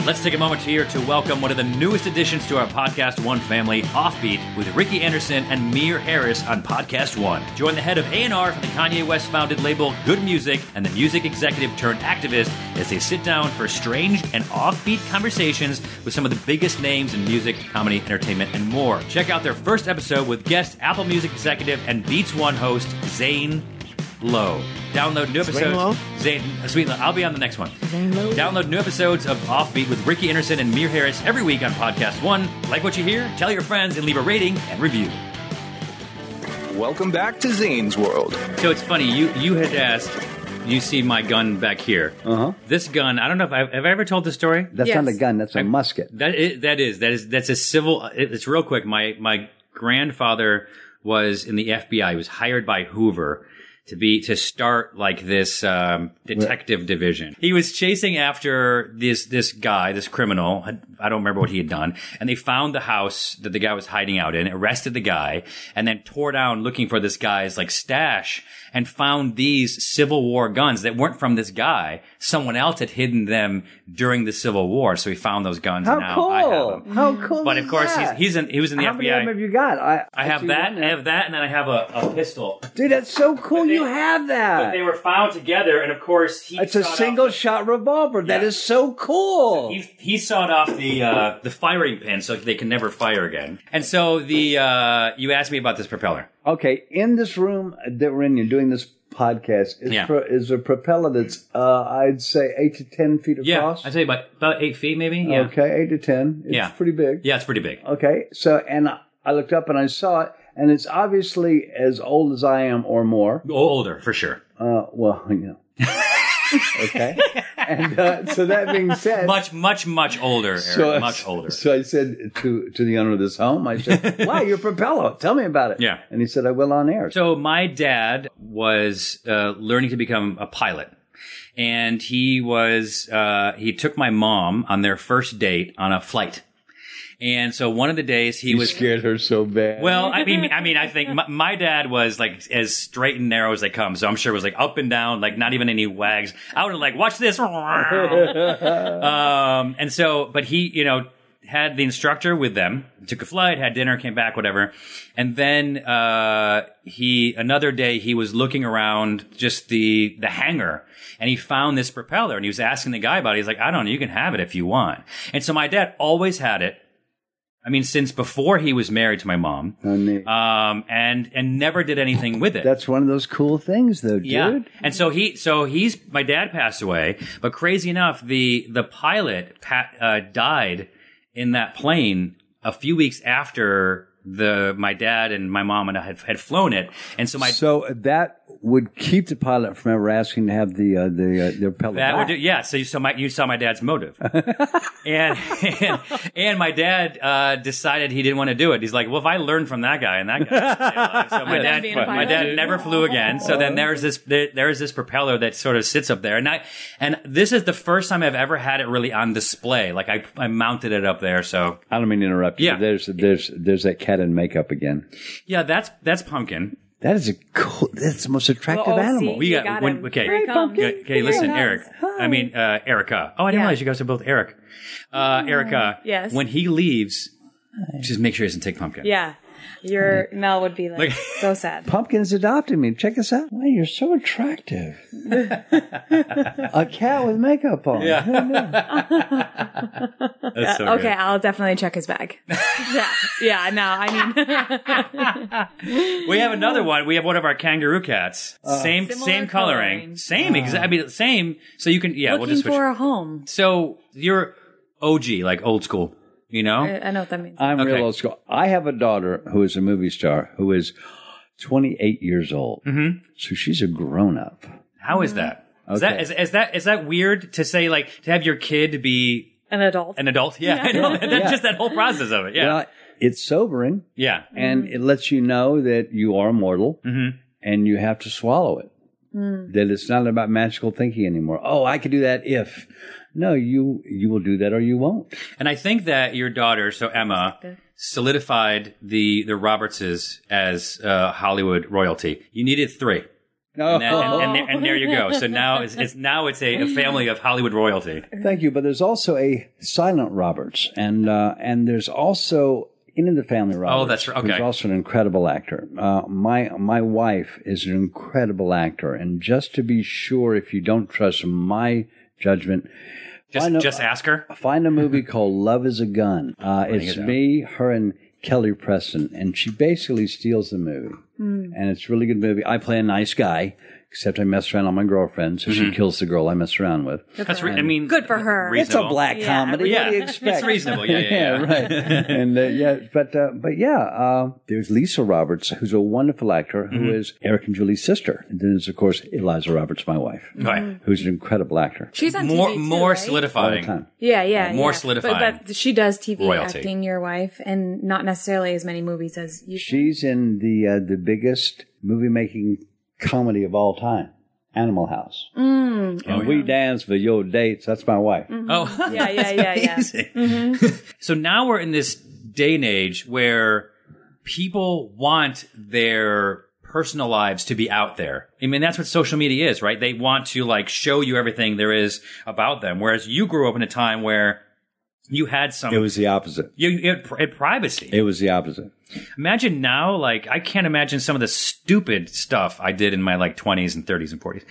Speaker 2: Let's take a moment here to welcome one of the newest additions to our Podcast One family, Offbeat, with Ricky Anderson and Mir Harris on Podcast One. Join the head of A&R from the Kanye West-founded label Good Music and the music executive turned activist as they sit down for strange and offbeat conversations with some of the biggest names in music, comedy, entertainment, and more. Check out their first episode with guest Apple Music executive and Beats One host Zane Lowe. Download new episodes.
Speaker 5: Lowe?
Speaker 2: Zane, sweet, Lowe. I'll be on the next one. Download new episodes of Offbeat with Ricky Anderson and Mir Harris every week on Podcast One. Like what you hear? Tell your friends and leave a rating and review.
Speaker 1: Welcome back to Zane's World.
Speaker 2: So it's funny you you had asked. You see my gun back here.
Speaker 7: Uh-huh.
Speaker 2: This gun. I don't know if I've, have I ever told the story.
Speaker 7: That's
Speaker 6: Yes.
Speaker 7: not a gun, that's a musket.
Speaker 2: That is, that is that is that's a civil. It's real quick. My my grandfather was in the FBI. He was hired by Hoover to be to start like this um, detective division. He was chasing after this this guy, this criminal. I- I don't remember what he had done, and they found the house that the guy was hiding out in, arrested the guy, and then tore down looking for this guy's like stash, and found these Civil War guns that weren't from this guy. Someone else had hidden them during the Civil War, so he found those guns. and now I have them.
Speaker 7: How Oh, cool!
Speaker 2: But of course, he's, he's in, he was in the
Speaker 7: How many of
Speaker 2: FBI.
Speaker 7: them have you got? I,
Speaker 2: I have that, I have that, and then I have a, a pistol.
Speaker 7: dude. That's so cool. you have
Speaker 2: But
Speaker 7: that.
Speaker 2: they were found together, and of course, he
Speaker 7: It's a
Speaker 2: sought
Speaker 7: single shot revolver. That is so cool.
Speaker 2: He, he sawed off the uh, the firing pin so they can never fire again. And so the uh, you asked me about this propeller.
Speaker 7: Okay, in this room that we're in, you're doing this podcast. Is,
Speaker 2: Yeah.
Speaker 7: pro- is a propeller that's uh, I'd say eight to ten feet
Speaker 2: Yeah,
Speaker 7: across.
Speaker 2: I'd say about about eight feet, maybe. Yeah,
Speaker 7: Okay, eight to ten. It's
Speaker 2: Yeah.
Speaker 7: pretty big.
Speaker 2: yeah, it's pretty big.
Speaker 7: Okay, so and I- I looked up and I saw it, and it's obviously as old as I am or more.
Speaker 2: O- Older for sure.
Speaker 7: Uh, well, [LAUGHS] you
Speaker 2: [LAUGHS]
Speaker 7: know. okay, and uh, so that being said,
Speaker 2: Much, much, much older. Eric,
Speaker 7: so I-
Speaker 2: much older.
Speaker 7: So I said to to the owner of this home, I
Speaker 2: [LAUGHS]
Speaker 7: said, "Wow, your propeller. Tell me about it."
Speaker 2: Yeah.
Speaker 7: and he said, "I will on air."
Speaker 2: So my dad was uh, learning to become a pilot, and he was uh, he took my mom on their first date on a flight, and so one of the days he
Speaker 7: You
Speaker 2: was
Speaker 7: scared her so bad.
Speaker 2: Well, I mean, I mean, I think my, my dad was like as straight and narrow as they come, so I'm sure it was like up and down, like not even any wags. I would have like, watch
Speaker 7: [LAUGHS]
Speaker 2: this, um, and so, but he, you know, had the instructor with them, took a flight, had dinner, came back, whatever, and then uh, he another day he was looking around just the the hangar, and he found this propeller, and he was asking the guy about it. He's like, I don't know, you can have it if you want. And so my dad always had it. I mean, since before he was married to my mom,
Speaker 7: Mm-hmm.
Speaker 2: um, and and never did anything with it.
Speaker 7: That's one of those cool things, though, dude.
Speaker 2: Yeah. And so he, so he's, my dad passed away, but crazy enough, the, the pilot, Pat, uh, died in that plane a few weeks after the, my dad and my mom and I had, had flown it. And so my,
Speaker 7: so that would keep the pilot from ever asking to have the uh, the uh, the propeller.
Speaker 2: that
Speaker 7: back.
Speaker 2: would do, yeah. So you saw my, you saw my dad's motive. and, and, and my dad, uh, decided he didn't want to do it. He's like, well, if I learn from that guy and that guy, So my dad, my dad never flew again. So then there's this there, there's this propeller that sort of sits up there, and I and this is the first time I've ever had it really on display. Like I I mounted it up there, so
Speaker 7: I don't mean to interrupt you. Yeah. There's there's there's that cat in makeup again.
Speaker 2: yeah, that's that's pumpkin.
Speaker 7: That is a cool. That's the most attractive
Speaker 2: Well, oh,
Speaker 7: animal.
Speaker 2: see, We you got- got when- him. okay. Here he comes. Okay, okay, listen, Eric. I mean uh, Erica. Oh, I didn't realize you guys are both Eric. Uh, Erica.
Speaker 6: Yes.
Speaker 2: When he leaves, just make sure he doesn't take pumpkin.
Speaker 6: Yeah. Your Mel would be
Speaker 2: [LAUGHS]
Speaker 6: like,
Speaker 2: Like-
Speaker 6: so sad.
Speaker 7: Pumpkin's adopted me. Check this out. Wow, you're so
Speaker 2: [LAUGHS]
Speaker 7: attractive. a cat with makeup on.
Speaker 6: Yeah,
Speaker 7: That's so
Speaker 6: uh, okay,
Speaker 7: good.
Speaker 6: I'll definitely check
Speaker 2: [LAUGHS]
Speaker 6: his bag. yeah, yeah, no, I mean,
Speaker 2: We have another one. We have one of our kangaroo cats.
Speaker 6: Uh,
Speaker 2: same
Speaker 6: Similar
Speaker 2: same coloring.
Speaker 6: coloring.
Speaker 2: Same exact. I mean, same. So you can yeah.
Speaker 6: [LAUGHS] Looking
Speaker 2: we'll just switch.
Speaker 6: for a home.
Speaker 2: So you're OG, like old school, you know?
Speaker 6: I, I know what that means.
Speaker 7: I'm real old school. I have a daughter who is a movie star who is 28 years old. Mm-hmm. So she's a grown up.
Speaker 2: How
Speaker 6: mm-hmm.
Speaker 2: is that? Is that is, is that is that weird to say like to have your kid be
Speaker 6: an adult?
Speaker 2: An adult? Yeah, I know. [LAUGHS] That's just that whole process of it. Yeah.
Speaker 7: Well, it's sobering.
Speaker 2: Yeah.
Speaker 7: And it lets you know that you are mortal
Speaker 2: Mm-hmm.
Speaker 7: and you have to swallow it. That it's not about magical thinking anymore. Oh, I could do that if. No, you you will do that or you won't.
Speaker 2: And I think that your daughter, so Emma, solidified the the Robertses as uh, Hollywood royalty. You needed three. And, that- and, and, there, and there you go. So now it's, it's now it's a, a family of Hollywood royalty.
Speaker 7: Thank you. But there's also a silent Roberts, and uh, and there's also in the family Roberts.
Speaker 2: Oh, that's right.
Speaker 7: Who's
Speaker 2: Okay.
Speaker 7: also an incredible actor. Uh, my my wife is an incredible actor, and just to be sure, if you don't trust my judgment,
Speaker 2: Just just ask her.
Speaker 7: find
Speaker 2: [LAUGHS]
Speaker 7: a movie called Love Is a Gun. Uh, it's
Speaker 2: it out.
Speaker 7: me, her, and Kelly Preston, and she basically steals the movie and it's a really good movie. I play a nice guy, except I mess around on my girlfriend, so
Speaker 2: Mm-hmm.
Speaker 7: she kills the girl I mess around with.
Speaker 2: That's re- I mean,
Speaker 6: good for her.
Speaker 7: It's a black comedy.
Speaker 2: Yeah,
Speaker 7: What do you expect?
Speaker 2: it's reasonable.
Speaker 7: [LAUGHS]
Speaker 2: Yeah, yeah, yeah. [LAUGHS]
Speaker 7: right. and uh, yeah, but uh, but yeah, uh, there's Lisa Roberts, who's a wonderful actor, who is
Speaker 2: Mhm.
Speaker 7: Eric and Julie's sister, and then there's of course Eliza Roberts, my wife,
Speaker 2: Right.
Speaker 7: who's an incredible actor.
Speaker 6: She's on
Speaker 2: more
Speaker 6: TV too,
Speaker 2: more
Speaker 6: right?
Speaker 2: solidifying.
Speaker 6: Yeah, yeah,
Speaker 2: More
Speaker 6: yeah.
Speaker 2: solidifying.
Speaker 6: But, but she does TV
Speaker 7: royalty.
Speaker 6: acting, your wife, and not necessarily as many movies as you.
Speaker 7: She's in the uh, the biggest movie making comedy of all time, Animal House.
Speaker 6: Mm.
Speaker 7: and we dance for your dates. That's my wife.
Speaker 2: Oh. [LAUGHS]
Speaker 6: Mm-hmm. yeah, yeah, yeah, yeah. Mhm.
Speaker 2: So now we're in this day and age where people want their personal lives to be out there. I mean, that's what social media is, right? They want to like show you everything there is about them. Whereas you grew up in a time where you had some,
Speaker 7: It was the opposite.
Speaker 2: you, you had, pri- had privacy.
Speaker 7: It was the opposite.
Speaker 2: Imagine now, like, I can't imagine some of the stupid stuff I did in my like 20s and 30s and 40s.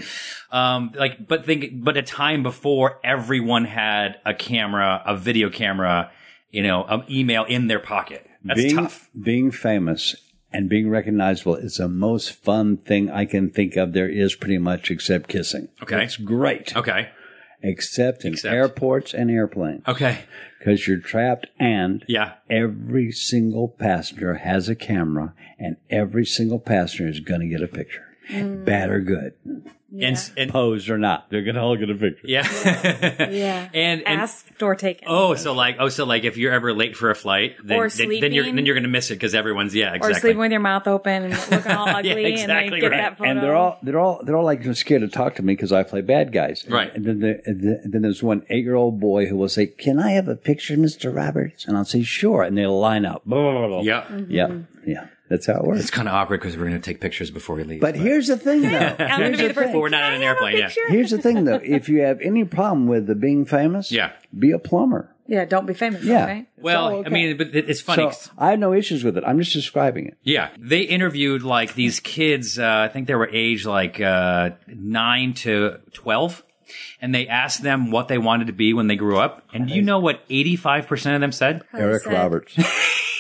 Speaker 2: Um, like, but think, but a time before everyone had a camera, a video camera, you know, an email in their pocket. That's
Speaker 7: being,
Speaker 2: tough.
Speaker 7: Being famous and being recognizable is the most fun thing I can think of there is pretty much except kissing.
Speaker 2: Okay.
Speaker 7: It's great.
Speaker 2: Okay.
Speaker 7: Except in airports and airplanes.
Speaker 2: Okay.
Speaker 7: Because you're trapped and
Speaker 2: Uh, yeah.
Speaker 7: every single passenger has a camera and every single passenger is going to get a picture. Bad or good.
Speaker 2: And, and
Speaker 7: posed or not. They're going to all get a picture.
Speaker 2: Yeah. [LAUGHS]
Speaker 6: Yeah.
Speaker 2: and, and
Speaker 6: Asked or taken.
Speaker 2: oh, so like, oh, so like if you're ever late for a flight, then,
Speaker 6: Or
Speaker 2: then, then you're,
Speaker 6: sleeping.
Speaker 2: then you're going to miss it because everyone's, yeah,
Speaker 6: Or
Speaker 2: exactly.
Speaker 6: sleeping with your mouth open and
Speaker 2: [LAUGHS]
Speaker 6: looking all ugly, and
Speaker 2: exactly
Speaker 6: they get
Speaker 2: right.
Speaker 6: that photo.
Speaker 7: And they're all they're all they're all like scared to talk to me because I play bad guys.
Speaker 2: Right.
Speaker 7: And then the, the, then there's one eight year old boy who will say, "Can I have a picture, Mister Roberts?" And I'll say, "Sure." And they'll line up. Blah, blah, blah, blah.
Speaker 2: Yeah.
Speaker 7: Yeah. Yeah. That's how it works.
Speaker 2: It's kind of awkward because we're going to take pictures before we leave.
Speaker 7: But here's the thing, though.
Speaker 2: [LAUGHS] I'm
Speaker 7: Here's the
Speaker 2: But we're not in an airplane. Yeah.
Speaker 7: Here's the thing, though. If you have any problem with the being famous, yeah. be a plumber.
Speaker 6: yeah, don't be famous.
Speaker 7: Yeah.
Speaker 6: Right?
Speaker 2: Well, I mean, but it- it's funny.
Speaker 7: So I have no issues with it. I'm just describing it.
Speaker 2: Yeah, they interviewed like these kids. Uh, I think they were age like uh, nine to twelve, and they asked them what they wanted to be when they grew up. And do you know what eighty-five percent of them said?
Speaker 7: Eric
Speaker 6: said-
Speaker 7: Roberts.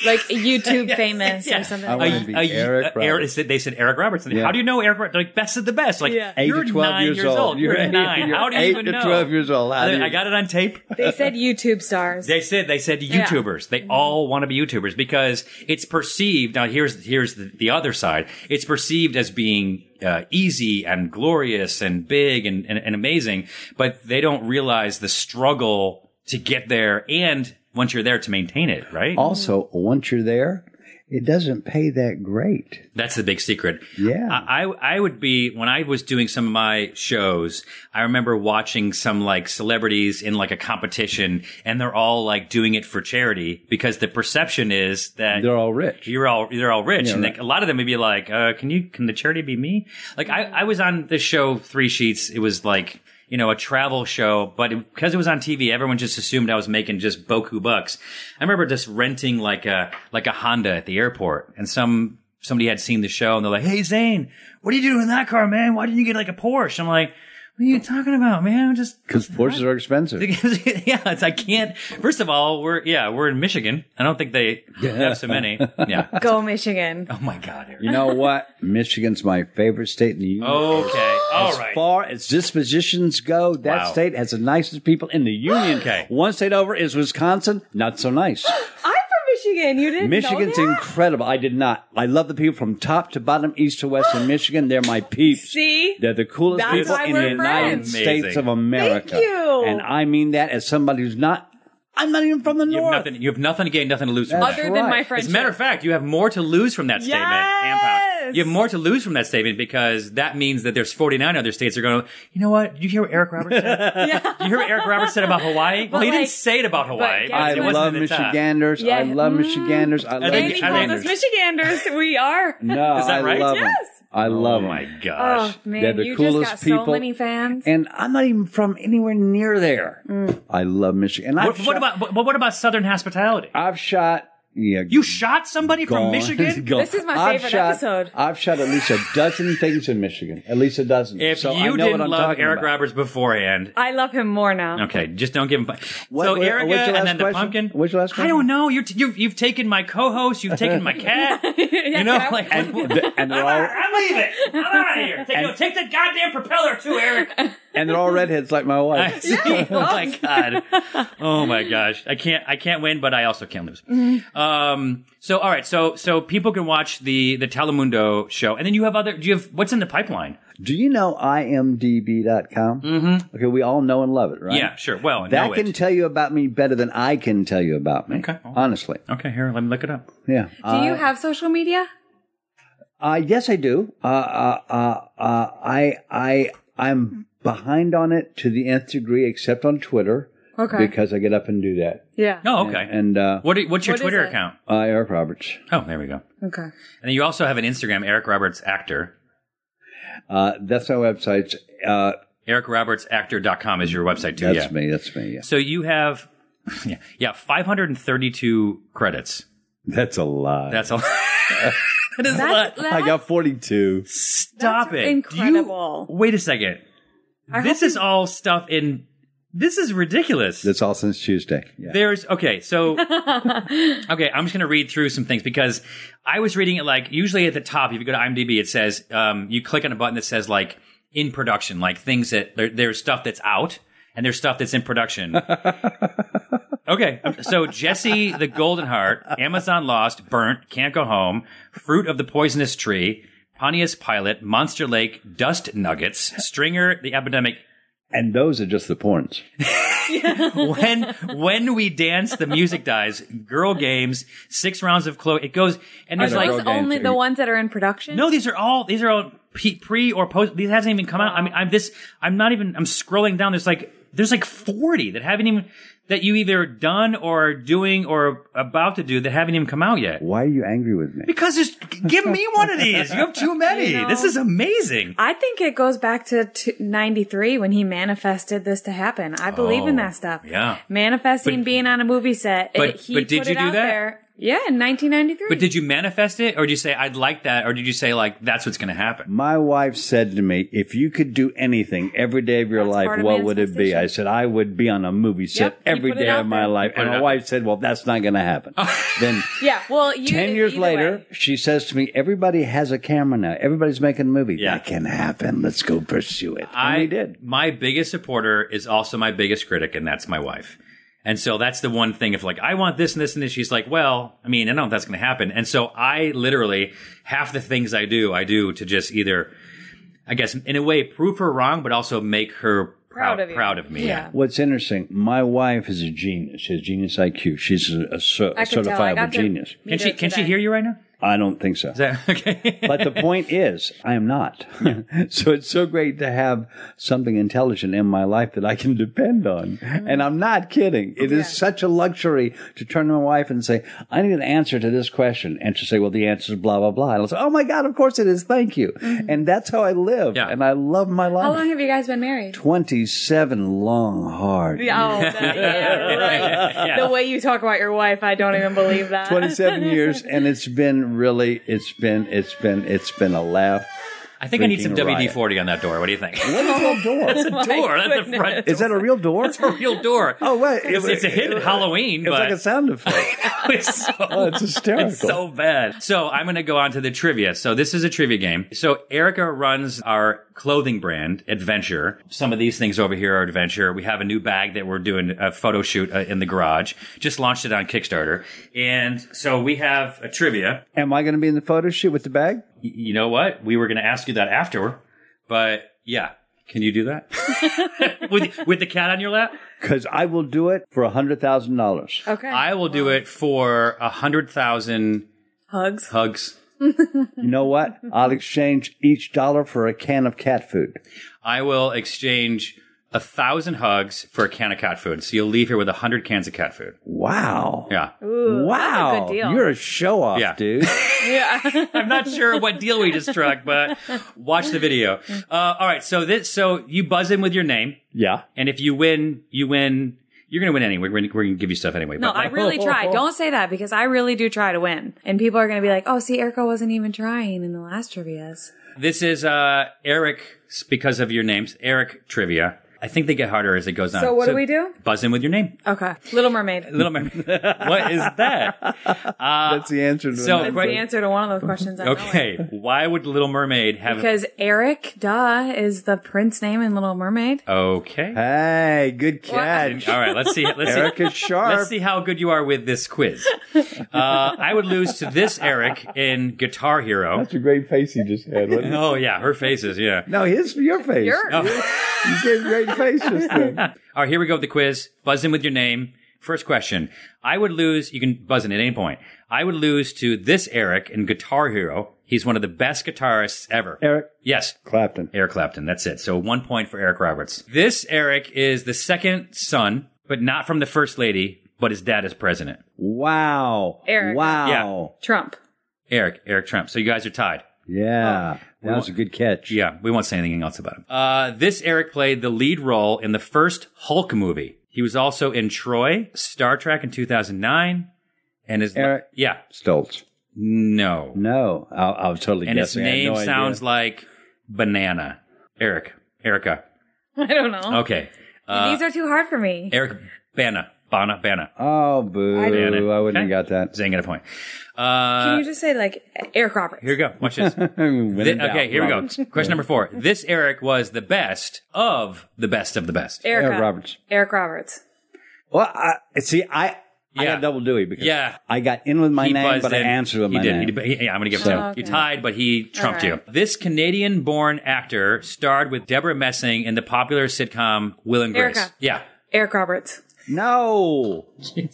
Speaker 6: Like YouTube famous or something. like that.
Speaker 2: A- a- a- Eric- they said Eric Roberts. And How do you know Eric? Roberts? They're like best of the best. Like
Speaker 6: Yeah.
Speaker 7: Eight
Speaker 2: you're
Speaker 7: to 12
Speaker 2: nine
Speaker 7: years
Speaker 2: years,
Speaker 7: old.
Speaker 2: old.
Speaker 7: [LAUGHS]
Speaker 2: You're,
Speaker 7: You're-
Speaker 2: 9
Speaker 7: you're
Speaker 2: How do you
Speaker 7: eight
Speaker 2: even
Speaker 7: to
Speaker 2: know?
Speaker 7: 12 years old. How do
Speaker 2: I
Speaker 7: you-
Speaker 2: got it on tape.
Speaker 6: They said YouTube stars.
Speaker 2: They said they said
Speaker 6: Yeah.
Speaker 2: YouTubers. They all want to be YouTubers because it's perceived. Now here's here's the, the other side. It's perceived as being uh, easy and glorious and big and, and and amazing, but they don't realize the struggle to get there and once you're there to maintain it. Right.
Speaker 7: Also, once you're there, it doesn't pay that great.
Speaker 2: That's the big secret.
Speaker 7: Yeah.
Speaker 2: I, I I would be when I was doing some of my shows. I remember watching some like celebrities in like a competition, and they're all like doing it for charity because the perception is that
Speaker 7: They're all rich.
Speaker 2: You're all they're all rich,
Speaker 7: Yeah,
Speaker 2: and
Speaker 7: right.
Speaker 2: like a lot of them would be like, uh, "Can you? Can the charity be me?" Like I I was on this show Three Sheets. It was like. You know, a travel show, but it, because it was on TV, everyone just assumed I was making just boku bucks. I remember just renting like a like a Honda at the airport, and some somebody had seen the show, and they're like, "Hey, Zane, what are you doing in that car, man? Why didn't you get like a Porsche?" I'm like, "What are you talking about, man? I'm just [LAUGHS]
Speaker 7: Because Porsches are expensive.
Speaker 2: yeah, it's I can't. First of all, we're yeah, we're in Michigan. I don't think they have so many. Yeah.
Speaker 6: Go Michigan.
Speaker 2: Oh my God, Eric.
Speaker 7: You know what? Michigan's my favorite state in the union.
Speaker 2: Okay. Oh, All
Speaker 7: as
Speaker 2: right.
Speaker 7: far as dispositions go, that
Speaker 2: Wow.
Speaker 7: state has the nicest people in the union. okay. One state over is Wisconsin. Not so nice.
Speaker 6: I'm from Michigan. You [LAUGHS] didn't
Speaker 7: Michigan's
Speaker 6: know that?
Speaker 7: incredible. I did not. I love the people from top to bottom, east to
Speaker 6: [GASPS]
Speaker 7: west in Michigan. They're my peeps.
Speaker 6: See?
Speaker 7: They're the coolest
Speaker 6: That's
Speaker 7: people
Speaker 6: why
Speaker 7: in
Speaker 6: we're
Speaker 7: the United
Speaker 6: friends.
Speaker 7: States of America.
Speaker 6: Thank you.
Speaker 7: And I mean that as somebody who's not. I'm not even from the
Speaker 2: You have
Speaker 7: north.
Speaker 2: nothing. You have nothing to gain, nothing to lose. From
Speaker 7: That's
Speaker 2: that.
Speaker 7: Other than right. my
Speaker 2: As a matter of fact, you have more to lose from that statement. and pound. You have more to lose from that statement because that means that there's 49 other states that are going. You know what? Did you hear what Eric Roberts
Speaker 7: [LAUGHS]
Speaker 2: said? Did [LAUGHS] you hear what Eric Roberts said about Hawaii? well, he didn't say it about Hawaii. because
Speaker 7: I
Speaker 2: it wasn't
Speaker 7: love
Speaker 2: in the top.
Speaker 7: Michiganders. I love Michiganders. I love
Speaker 6: Amy Mm. calls us
Speaker 7: Michiganders.
Speaker 6: Michiganders. We are.
Speaker 2: [LAUGHS]
Speaker 7: No, I love 'em.
Speaker 6: Yes.
Speaker 7: I love them.
Speaker 2: my
Speaker 6: Oh man,
Speaker 7: They're the
Speaker 6: you
Speaker 7: coolest
Speaker 6: just got
Speaker 7: people.
Speaker 6: so many fans.
Speaker 7: And I'm not even from anywhere near there.
Speaker 6: Mm.
Speaker 7: I love Michigan. And I've
Speaker 2: What, what
Speaker 7: shot-
Speaker 2: about but what about Southern hospitality?
Speaker 7: I've shot. Yeah,
Speaker 2: You shot somebody from
Speaker 7: gone. [LAUGHS]
Speaker 2: Michigan.
Speaker 7: Gone.
Speaker 6: This is my
Speaker 7: I've
Speaker 6: favorite
Speaker 7: shot-
Speaker 6: episode.
Speaker 7: I've shot at least a dozen things in Michigan. At least a dozen.
Speaker 2: If
Speaker 7: so I
Speaker 2: you
Speaker 7: know
Speaker 2: didn't
Speaker 7: what I'm
Speaker 2: love
Speaker 7: talking
Speaker 2: Eric
Speaker 7: about.
Speaker 2: Roberts beforehand,
Speaker 6: I love him more now.
Speaker 2: okay, just don't give him. pu-
Speaker 7: What-
Speaker 2: so
Speaker 7: what-
Speaker 2: Erica
Speaker 7: what's your last
Speaker 2: and then the
Speaker 7: question?
Speaker 2: pumpkin.
Speaker 7: What's your last
Speaker 2: I don't know. You're t- you've you've taken my co-host. You've taken
Speaker 7: [LAUGHS]
Speaker 2: my cat. [LAUGHS] you know, like
Speaker 7: And, th- and they're all
Speaker 2: I'm leaving. I'm out of here. Take,
Speaker 7: And-
Speaker 2: no, take that goddamn propeller too, Eric.
Speaker 7: [LAUGHS] and they're all redheads like my
Speaker 2: I [LAUGHS]
Speaker 7: wife.
Speaker 2: see. oh my
Speaker 7: [LAUGHS]
Speaker 2: god. Oh my gosh. I can't. I can't win, but I also can't lose.
Speaker 7: Mm-hmm.
Speaker 2: Um. So all right. So so people can watch the the Telemundo show, and then you have other. Do you have what's in the pipeline?
Speaker 7: Do you know imdb.com? Mm-hmm. Okay, we all know and love it, right?
Speaker 2: Yeah. Sure. Well, I
Speaker 7: That
Speaker 2: know
Speaker 7: can
Speaker 2: it.
Speaker 7: tell you about me better than I can tell you about me. Okay. Honestly.
Speaker 2: Okay. Here, let me look it up.
Speaker 7: Yeah.
Speaker 6: Do you have social media?
Speaker 7: Uh, yes, I do. Uh, uh, uh, uh, I, I, I'm behind on it to the nth degree, except on Twitter.
Speaker 2: Okay.
Speaker 7: Because I get up and do that.
Speaker 6: Yeah.
Speaker 2: Oh, okay.
Speaker 7: And uh,
Speaker 2: What, what's your
Speaker 6: What is
Speaker 2: Twitter
Speaker 6: it?
Speaker 2: account?
Speaker 7: Uh, Eric Roberts.
Speaker 2: Oh, there we go. And
Speaker 6: Okay.
Speaker 2: then you also have an Instagram, Eric Roberts Actor.
Speaker 7: Uh, that's my website. Uh,
Speaker 2: EricRobertsActor.com is your website too.
Speaker 7: That's
Speaker 2: yeah.
Speaker 7: me. That's me. Yeah.
Speaker 2: So you have, [LAUGHS] yeah, yeah, 532 credits.
Speaker 7: That's a lot.
Speaker 2: That's a. [LAUGHS] that is a lot.
Speaker 6: That's,
Speaker 7: I got 42.
Speaker 2: Stop it! Do you-
Speaker 6: incredible.
Speaker 2: wait a second. this is all stuff in. This is ridiculous.
Speaker 7: That's all since Tuesday. Yeah.
Speaker 2: There's okay, so okay, I'm just gonna read through some things because I was reading it like usually at the top, if you go to IMDb, it says um, you click on a button that says like in production, like things that there, there's stuff that's out and there's stuff that's in production. okay, um, so Jesse the Golden Heart, Amazon Lost, Burnt, Can't Go Home, Fruit of the Poisonous Tree, Pontius Pilot, Monster Lake, Dust Nuggets, Stringer, The Epidemic,
Speaker 7: And those are just the porns.
Speaker 2: when when we dance, the music dies. Girl games, six rounds of clothes. It goes and
Speaker 6: Are
Speaker 2: there's like
Speaker 6: those only the ones that are in production?
Speaker 2: No, these are all these are all pe- pre or post. These hasn't even come out. I mean, I'm this. I'm not even. I'm scrolling down. There's like there's like forty that haven't even that you either done or doing or about to do that haven't even come out yet.
Speaker 7: Why are you angry with me?
Speaker 2: Because there's give me one of these. You have [LAUGHS] too many.
Speaker 6: You know.
Speaker 2: This is amazing.
Speaker 6: I think it goes back to t- 93 when he manifested this to happen. I believe in
Speaker 2: Oh,
Speaker 6: that stuff.
Speaker 2: yeah.
Speaker 6: Manifesting being on a movie set.
Speaker 2: but-
Speaker 6: it, he
Speaker 2: but did
Speaker 6: put
Speaker 2: you
Speaker 6: it
Speaker 2: do
Speaker 6: out
Speaker 2: that?
Speaker 6: There. Yeah, in 1993.
Speaker 2: But did you manifest it, or did you say I'd like that, or did you say like that's what's going to happen?
Speaker 7: My wife said to me, if you could do anything every day of your
Speaker 2: part
Speaker 7: life,
Speaker 2: of
Speaker 7: what would it be?
Speaker 2: manifestation.
Speaker 7: I said, I would be on a movie set
Speaker 6: you
Speaker 7: every
Speaker 6: put it
Speaker 7: day
Speaker 6: out
Speaker 7: of my
Speaker 6: there.
Speaker 7: life.
Speaker 2: Put
Speaker 7: And
Speaker 2: it
Speaker 7: my
Speaker 2: out
Speaker 7: wife said, well, that's not going to
Speaker 6: [LAUGHS]
Speaker 7: happen. then
Speaker 6: yeah, well, you,
Speaker 7: 10 years
Speaker 6: either
Speaker 7: later,
Speaker 6: way.
Speaker 7: she says to me, everybody has a camera now. Everybody's making a movie. That can happen. Let's go pursue it.
Speaker 2: I did. My biggest supporter is also my biggest critic, and that's my wife. And so that's the one thing. If like I want this and this and this, she's like, "Well, I mean, I don't know if that's going to happen." And so I literally half the things I do, I do to just either, I guess, in a way, prove her wrong, but also make her proud, proud of,
Speaker 6: you.
Speaker 2: me. Yeah.
Speaker 7: What's interesting, my wife is a genius. She has genius IQ. She's a, a cer-
Speaker 6: I could tell. I
Speaker 7: certifiable
Speaker 6: got to
Speaker 7: genius.
Speaker 6: meet
Speaker 2: Can she
Speaker 6: her
Speaker 2: can she
Speaker 6: today.
Speaker 2: hear you right now?
Speaker 7: I don't think so.
Speaker 2: [LAUGHS]
Speaker 7: but the point is, I am not. [LAUGHS] so it's so great to have something intelligent in my life that I can depend on. And I'm not kidding. It is such a luxury to turn to my wife and say, I need an answer to this question. And she'll say, well, the answer is blah, blah, blah. And I'll say, oh my God, of course it is. Thank you. And that's how I live. And I love my life.
Speaker 6: How long have you guys been married?
Speaker 7: [LAUGHS] 27 long, hard.
Speaker 2: [LAUGHS]
Speaker 6: Oh, that- [LAUGHS] yeah, [LAUGHS] right.
Speaker 7: Yeah.
Speaker 6: The way you talk about your wife, I don't even believe that. [LAUGHS]
Speaker 7: 27 years and it's been really it's been it's been it's been a laugh
Speaker 2: I think I need some
Speaker 7: Freaking
Speaker 2: WD forty on that door. What do you
Speaker 6: [LAUGHS]
Speaker 2: think?
Speaker 7: what is that door
Speaker 2: That's a door. That's a front. [LAUGHS]
Speaker 7: is that a real door
Speaker 2: That's a real door.
Speaker 7: oh wait
Speaker 2: It's, it's a hidden Halloween,
Speaker 7: it's
Speaker 2: but
Speaker 7: like a
Speaker 2: [LAUGHS]
Speaker 7: sound effect
Speaker 2: it's so,
Speaker 7: [LAUGHS] oh it's hysterical
Speaker 2: It's so bad. So I'm going to go on to the trivia. So this is a trivia game. So Erica runs our clothing brand, Adventure. Some of these things over here are Adventure. We have a new bag that we're doing a photo shoot uh, in the garage. Just launched it on Kickstarter. And so we have a trivia.
Speaker 7: am i going to be in the photo shoot with the bag
Speaker 2: Y- You know what? We were going to ask you that after, but yeah. Can you do that?
Speaker 7: [LAUGHS]
Speaker 2: [LAUGHS] with, with the cat on your lap?
Speaker 7: because i will do it for a hundred thousand dollars
Speaker 6: Okay.
Speaker 2: I will do it for a hundred thousand
Speaker 6: Hugs.
Speaker 2: hugs.
Speaker 7: you
Speaker 2: [LAUGHS]
Speaker 7: know what i'll exchange each dollar for a can of cat food
Speaker 2: I will exchange a thousand hugs for a can of cat food. So you'll leave here with a hundred cans of cat food.
Speaker 7: wow
Speaker 2: Yeah.
Speaker 7: wow
Speaker 6: good deal.
Speaker 7: you're a show off
Speaker 2: Yeah. [LAUGHS]
Speaker 7: dude
Speaker 2: I'm not sure what deal we just struck, but watch the video. Uh, all right. So this, so you buzz in with your name.
Speaker 7: yeah
Speaker 2: And if you win, you win. You're going to win anyway. We're going to give you stuff anyway.
Speaker 6: No, I really [LAUGHS] try. Don't say that because I really do try to win. And people are going to be like, oh, see, Erica wasn't even trying in the last trivias.
Speaker 2: This is, uh, Eric, because of your names, Eric trivia. I think they get harder as it goes on.
Speaker 6: So what do we do?
Speaker 2: Buzz in with your name.
Speaker 6: Okay. Little Mermaid.
Speaker 2: Little Mermaid. [LAUGHS] what is that?
Speaker 7: that's the answer to
Speaker 2: Uh, so-
Speaker 7: that.
Speaker 6: That's the answer to one of those questions. I know it.
Speaker 2: Okay. Why would Little Mermaid have
Speaker 6: Because Eric, duh, is the prince name in Little Mermaid.
Speaker 2: Okay.
Speaker 7: hey good catch
Speaker 2: All right, [LAUGHS] let's see. Let's
Speaker 7: Eric
Speaker 2: see.
Speaker 7: is sharp.
Speaker 2: Let's see how good you are with this quiz. Uh, I would lose to this Eric in Guitar Hero.
Speaker 7: That's a great face he just had.
Speaker 2: [LAUGHS]
Speaker 7: Wasn't it?
Speaker 2: Oh yeah, her faces. Yeah.
Speaker 7: No, his your face.
Speaker 6: You're-
Speaker 2: Oh.
Speaker 7: You gave great face
Speaker 2: [LAUGHS]
Speaker 7: just then.
Speaker 2: All right, here we go with the quiz. Buzz in with your name. First question. I would lose. You can buzz in at any point. I would lose to this Eric in Guitar Hero. He's one of the best guitarists ever.
Speaker 7: Eric
Speaker 2: Yes.
Speaker 7: Clapton.
Speaker 2: Eric Clapton. That's it. So one point for Eric Roberts. This Eric is the second son, but not from the first lady, but his dad is president.
Speaker 7: Wow.
Speaker 6: Eric.
Speaker 2: Wow.
Speaker 6: Trump. [LAUGHS]
Speaker 2: Eric, Eric Trump. So you guys are tied.
Speaker 7: Yeah.
Speaker 2: we
Speaker 7: that was a
Speaker 2: won't-
Speaker 7: good catch.
Speaker 2: Oh, Yeah, we won't say anything else about him. Uh, this Eric played the lead role in the first Hulk movie. He was also in Troy, Star Trek in 2009, and his
Speaker 7: Eric
Speaker 2: yeah,
Speaker 7: Stoltz.
Speaker 2: No.
Speaker 7: No. I, I was totally
Speaker 2: and his
Speaker 7: guessing. I had
Speaker 2: name
Speaker 7: no idea.
Speaker 2: sounds like banana. Eric, Erica.
Speaker 6: I don't know.
Speaker 2: Okay, uh,
Speaker 6: These are too hard for me.
Speaker 2: Eric Bana, Bana, Bana.
Speaker 7: Oh, boo.
Speaker 6: I didn't-
Speaker 7: I wouldn't have got that. [LAUGHS]
Speaker 2: Zing at a point. Uh,
Speaker 6: Can you just say like Eric Roberts?
Speaker 2: Here we go. Watch
Speaker 7: [LAUGHS]
Speaker 2: this. Thi-
Speaker 7: in
Speaker 2: okay,
Speaker 7: doubt,
Speaker 2: here
Speaker 7: Roberts.
Speaker 2: we go. Question number four. This Eric was the best of the best of the best.
Speaker 6: Erica. Eric Roberts.
Speaker 7: Well, I, see, I, I got double Dewey because
Speaker 2: Yeah.
Speaker 7: I got in with my
Speaker 2: He
Speaker 7: name,
Speaker 2: buzzed
Speaker 7: but I
Speaker 2: in.
Speaker 7: answered with
Speaker 2: he
Speaker 7: my
Speaker 2: did.
Speaker 7: name.
Speaker 2: He did. He- yeah, I'm going to give it
Speaker 7: So-
Speaker 2: to him. You tied, but he trumped
Speaker 7: All
Speaker 2: you.
Speaker 7: right.
Speaker 2: This Canadian born actor starred with Deborah Messing in the popular sitcom Will and Grace.
Speaker 6: Erica.
Speaker 2: Yeah.
Speaker 6: Eric Roberts.
Speaker 7: No.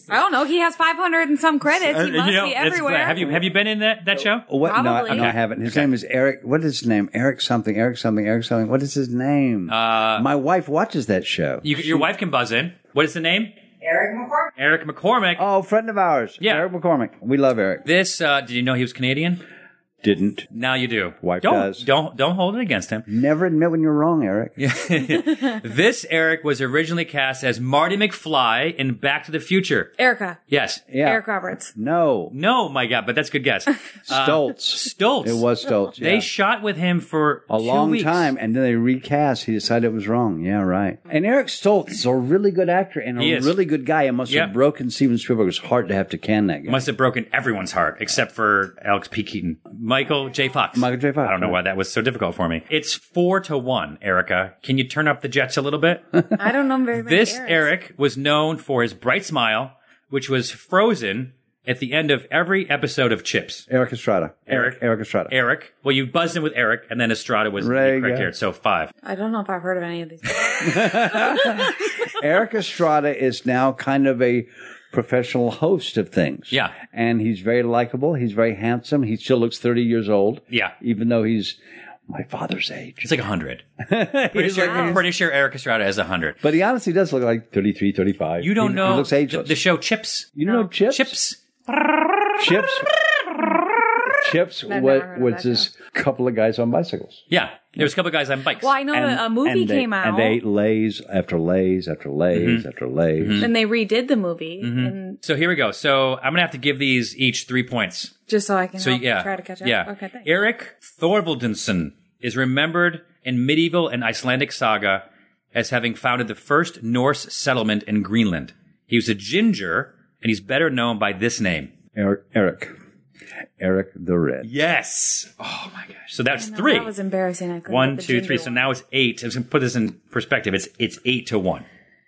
Speaker 6: I don't know. He has 500 and some credits.
Speaker 2: Uh,
Speaker 6: He must
Speaker 2: you know,
Speaker 6: be
Speaker 2: it's-
Speaker 6: everywhere.
Speaker 2: Have you have you been in that, that show?
Speaker 7: What? No, I,
Speaker 6: Probably.
Speaker 7: no, I haven't. His name is Eric. What is his name? Eric something. Eric something. Eric something. What is his name?
Speaker 2: Uh,
Speaker 7: my wife watches that show.
Speaker 2: You, your wife can buzz in. What is the name?
Speaker 8: Eric McCormick.
Speaker 2: Eric McCormick.
Speaker 7: Oh, friend of ours.
Speaker 2: Yeah.
Speaker 7: Eric McCormick. We love Eric.
Speaker 2: This uh, did you know he was Canadian?
Speaker 7: Didn't.
Speaker 2: Now you do.
Speaker 7: Wife
Speaker 2: don't,
Speaker 7: does.
Speaker 2: Don't don't hold it against him.
Speaker 7: [LAUGHS] Never admit when you're wrong, Eric.
Speaker 2: This Eric was originally cast as Marty McFly in Back to the Future.
Speaker 6: Erica.
Speaker 2: Yes.
Speaker 6: Eric Roberts.
Speaker 7: No.
Speaker 2: No, my God, but that's a good
Speaker 7: [LAUGHS]
Speaker 2: guess.
Speaker 7: Stoltz.
Speaker 2: Uh, Stoltz.
Speaker 7: It was Stoltz.
Speaker 2: They
Speaker 7: yeah.
Speaker 2: shot with him for
Speaker 7: a
Speaker 2: two
Speaker 7: long
Speaker 2: weeks.
Speaker 7: time, and then they recast. He decided it was wrong. Yeah, right. And Eric Stoltz is a really good actor and
Speaker 2: He
Speaker 7: a
Speaker 2: is.
Speaker 7: really good guy. And must
Speaker 2: Yeah.
Speaker 7: have broken Steven Spielberg. It was hard to have to can that guy.
Speaker 2: Must have broken everyone's heart except for Alex P. Keaton. Michael J. Fox. Michael
Speaker 7: J. Fox.
Speaker 2: I don't know why that was so difficult for me. It's four to one, Erica. Can you turn up the jets a little bit?
Speaker 7: [LAUGHS]
Speaker 6: I don't know very many.
Speaker 2: this
Speaker 6: Erics.
Speaker 2: Eric was known for his bright smile, which was frozen at the end of every episode of Chips.
Speaker 7: Eric Estrada.
Speaker 2: Eric.
Speaker 7: Eric Estrada.
Speaker 2: Eric. Well, you buzzed in with Eric, and then Estrada was the
Speaker 7: There you
Speaker 2: correct
Speaker 7: go.
Speaker 2: here. So five.
Speaker 6: I don't know if I've heard of any of these.
Speaker 7: Eric Estrada is now kind of a professional host of things.
Speaker 2: Yeah.
Speaker 7: And he's very likable. He's very handsome. He still looks 30 years old.
Speaker 2: Yeah.
Speaker 7: Even though he's my father's age.
Speaker 2: It's like 100.
Speaker 7: [LAUGHS]
Speaker 2: pretty, sure, I'm pretty sure Eric Estrada is 100.
Speaker 7: But he honestly does look like 33, 35.
Speaker 2: You don't
Speaker 7: He-
Speaker 2: know
Speaker 7: He looks
Speaker 2: the-
Speaker 7: ageless.
Speaker 2: The, show Chips.
Speaker 7: You don't know Chips?
Speaker 2: Chips.
Speaker 7: [LAUGHS] Chips. Chips
Speaker 6: I've never heard
Speaker 7: what,
Speaker 6: of
Speaker 7: was
Speaker 6: that
Speaker 7: this couple of guys on bicycles.
Speaker 2: Yeah. There was a couple of guys on bikes.
Speaker 6: Well, I know a movie
Speaker 7: and they,
Speaker 6: came out,
Speaker 7: And they ate Lays after Lays after Lays after Lays.
Speaker 6: and they redid the movie,
Speaker 2: Mhm.
Speaker 6: and
Speaker 2: So here we go. So I'm going to have to give these each three points.
Speaker 6: just so I can
Speaker 2: So
Speaker 6: help
Speaker 2: yeah.
Speaker 6: try to catch up.
Speaker 2: Yeah.
Speaker 6: Okay. Thanks.
Speaker 2: Eric Thorvaldsson is remembered in medieval and Icelandic saga as having founded the first Norse settlement in Greenland. He was a ginger, and he's better known by this name.
Speaker 7: Eric, Eric. Eric the Red.
Speaker 2: Yes. Oh my gosh. So that's
Speaker 6: No,
Speaker 2: three.
Speaker 6: That was embarrassing. I couldn't
Speaker 2: One,
Speaker 6: get the
Speaker 2: two,
Speaker 6: ginger
Speaker 2: three. So
Speaker 6: one.
Speaker 2: now it's eight. I'm gonna put this in perspective. It's it's eight to one.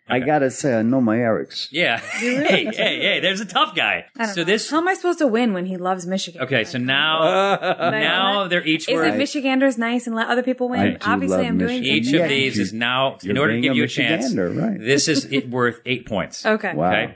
Speaker 7: I gotta say, I know my Erics.
Speaker 2: Yeah. [LAUGHS] hey, hey, hey. There's a tough guy.
Speaker 6: I don't
Speaker 2: So
Speaker 6: know.
Speaker 2: this.
Speaker 6: How am I supposed to win when he loves Michigan?
Speaker 2: Okay. So
Speaker 7: [LAUGHS]
Speaker 2: now now
Speaker 6: Right.
Speaker 2: they're each
Speaker 6: Is
Speaker 2: worth.
Speaker 6: it Michiganders nice and let other people win?
Speaker 2: I do
Speaker 6: Obviously,
Speaker 7: love
Speaker 6: I'm doing
Speaker 2: each
Speaker 6: something
Speaker 2: of these
Speaker 7: You-
Speaker 2: is now in
Speaker 7: you're
Speaker 2: order to
Speaker 7: being
Speaker 2: give
Speaker 7: a
Speaker 2: you a chance.
Speaker 7: Michigander, right.
Speaker 2: This is it worth eight points.
Speaker 6: [LAUGHS] Okay. Wow.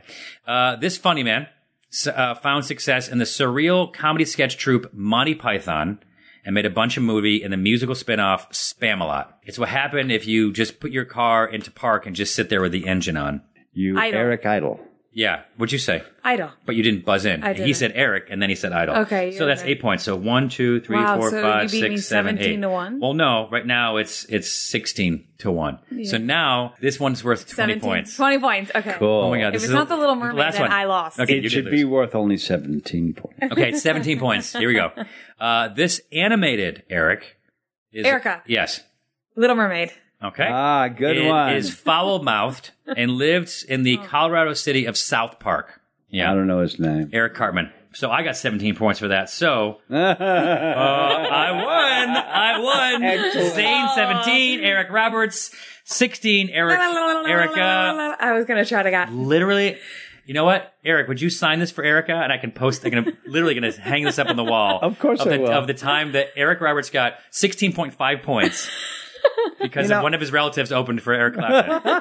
Speaker 2: Uh, this funny man s- uh, found success in the surreal comedy sketch troupe Monty Python and made a bunch of movie in the musical spin-off Spamalot. It's what happened if you just put your car into park and just sit there with the engine on.
Speaker 7: You,
Speaker 6: Idol.
Speaker 7: Eric Idle.
Speaker 2: Yeah. What'd you say?
Speaker 6: Idol.
Speaker 2: But you didn't buzz in.
Speaker 6: I
Speaker 2: He
Speaker 6: didn't.
Speaker 2: said Eric, and then he said idol.
Speaker 6: Okay,
Speaker 2: So
Speaker 6: you're
Speaker 2: that's
Speaker 6: right.
Speaker 2: eight points. So one, two, three,
Speaker 6: Wow,
Speaker 2: four,
Speaker 6: so you
Speaker 2: five,
Speaker 6: beat me
Speaker 2: six, seven, eight.
Speaker 6: 17 to one?
Speaker 2: Well, no. Right now it's it's sixteen to one.
Speaker 6: Yeah.
Speaker 2: So now this one's worth twenty
Speaker 6: 17.
Speaker 2: points.
Speaker 6: 20 points. Okay.
Speaker 7: Cool.
Speaker 2: Oh my god!
Speaker 6: If
Speaker 2: this
Speaker 6: it's
Speaker 2: is
Speaker 6: not
Speaker 2: a-
Speaker 6: the Little Mermaid,
Speaker 2: last
Speaker 6: then
Speaker 2: one.
Speaker 6: I lost.
Speaker 2: Okay, you
Speaker 7: it
Speaker 2: did
Speaker 7: should
Speaker 2: lose.
Speaker 7: be worth only 17 points. [LAUGHS]
Speaker 2: okay, it's seventeen points. Here we go. Uh, this animated Eric is
Speaker 6: Erica.
Speaker 2: Yes.
Speaker 6: Little Mermaid.
Speaker 2: Okay.
Speaker 7: Ah, good
Speaker 2: It
Speaker 7: one.
Speaker 2: Is foul mouthed and lives in
Speaker 6: [LAUGHS] Oh.
Speaker 2: the Colorado city of South Park. Yeah.
Speaker 7: I don't know his name. [LAUGHS]
Speaker 2: Eric Cartman. So I got 17 points for that. So Uh, I won. I won.
Speaker 7: [LAUGHS] Excellent.
Speaker 2: Zane 17, Eric Roberts 16, Eric Erica.
Speaker 6: I was going to try to get.
Speaker 2: Literally, you know what? Eric, would you sign this for Erica? And I can post. I'm gonna, [LAUGHS] literally going to hang this up on the wall.
Speaker 7: Of course
Speaker 2: of the,
Speaker 7: I will.
Speaker 2: Of the time that Eric Roberts got 16.5 points because
Speaker 7: You know-
Speaker 2: one of his relatives opened for Eric
Speaker 7: [LAUGHS]
Speaker 2: Clapton. so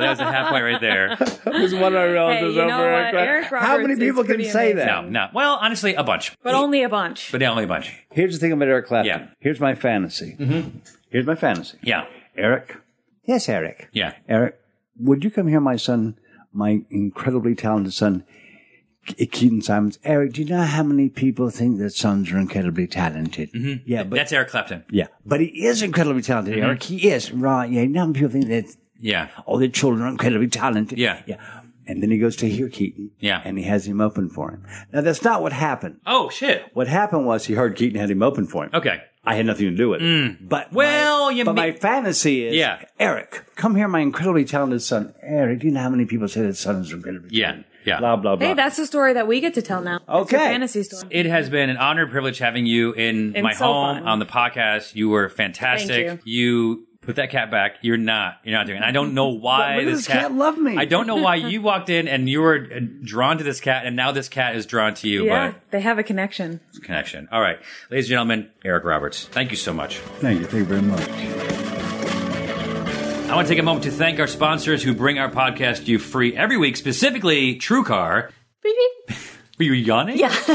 Speaker 2: that was a half point right there.
Speaker 7: There's one of our relatives
Speaker 6: you know
Speaker 7: over
Speaker 6: what?
Speaker 7: Eric Clapton.
Speaker 6: Eric
Speaker 7: How many
Speaker 6: Roberts is
Speaker 7: people can
Speaker 6: pretty
Speaker 7: say that?
Speaker 2: No, no. Well, honestly, a bunch,
Speaker 6: but only a bunch.
Speaker 2: but only a bunch.
Speaker 7: Here's the thing about Eric Clapton. Here's my fantasy.
Speaker 2: Mm-hmm.
Speaker 7: Here's my fantasy.
Speaker 2: Yeah.
Speaker 7: Eric. Yes, Eric.
Speaker 2: Yeah.
Speaker 7: Eric, would you come here, my son, my incredibly talented son, Ke- Keaton Simons? Eric, do you know how many people think that sons are incredibly talented? Mm-hmm. Yeah, but
Speaker 2: That's Eric Clapton.
Speaker 7: yeah, but he is incredibly talented,
Speaker 2: Mhm.
Speaker 7: Eric. He is right. Yeah, now people think that
Speaker 2: Yeah.
Speaker 7: all their children are incredibly talented.
Speaker 2: Yeah.
Speaker 7: yeah. And then he goes to hear Keaton.
Speaker 2: Yeah.
Speaker 7: and he has him open for him. Now that's not what happened.
Speaker 2: Oh shit.
Speaker 7: What happened was he heard Keaton had him open for him.
Speaker 2: Okay.
Speaker 7: I had nothing to do with it.
Speaker 2: Mm.
Speaker 7: But well, my, but my fantasy is,
Speaker 2: Yeah.
Speaker 7: Eric, come here, my incredibly talented son. Eric, do you know how many people say that son is incredibly
Speaker 2: Yeah. Yeah.
Speaker 7: blah blah blah?
Speaker 6: Hey, that's the story that we get to tell now. Okay. It's your
Speaker 2: Okay.
Speaker 6: fantasy story.
Speaker 2: It has been an honor and privilege having you in
Speaker 6: Been
Speaker 2: my
Speaker 6: so
Speaker 2: home
Speaker 6: fun.
Speaker 2: on the podcast. You were fantastic.
Speaker 6: Thank
Speaker 2: you. put that cat back. You're not. You're not doing. It. I don't
Speaker 6: [LAUGHS]
Speaker 2: know why
Speaker 7: But
Speaker 2: this,
Speaker 7: this cat loved me.
Speaker 2: I don't know why you walked in and you were uh, drawn to this cat, and now this cat is drawn to you
Speaker 6: yeah,
Speaker 2: by
Speaker 6: they have a connection.
Speaker 2: this connection. All right, ladies and gentlemen, Eric Roberts. Thank you so much.
Speaker 7: Thank you. Thank you very much.
Speaker 2: I want to take a moment to thank our sponsors who bring our podcast to you free every week, specifically TrueCar. Were you yawning? Yeah. [LAUGHS]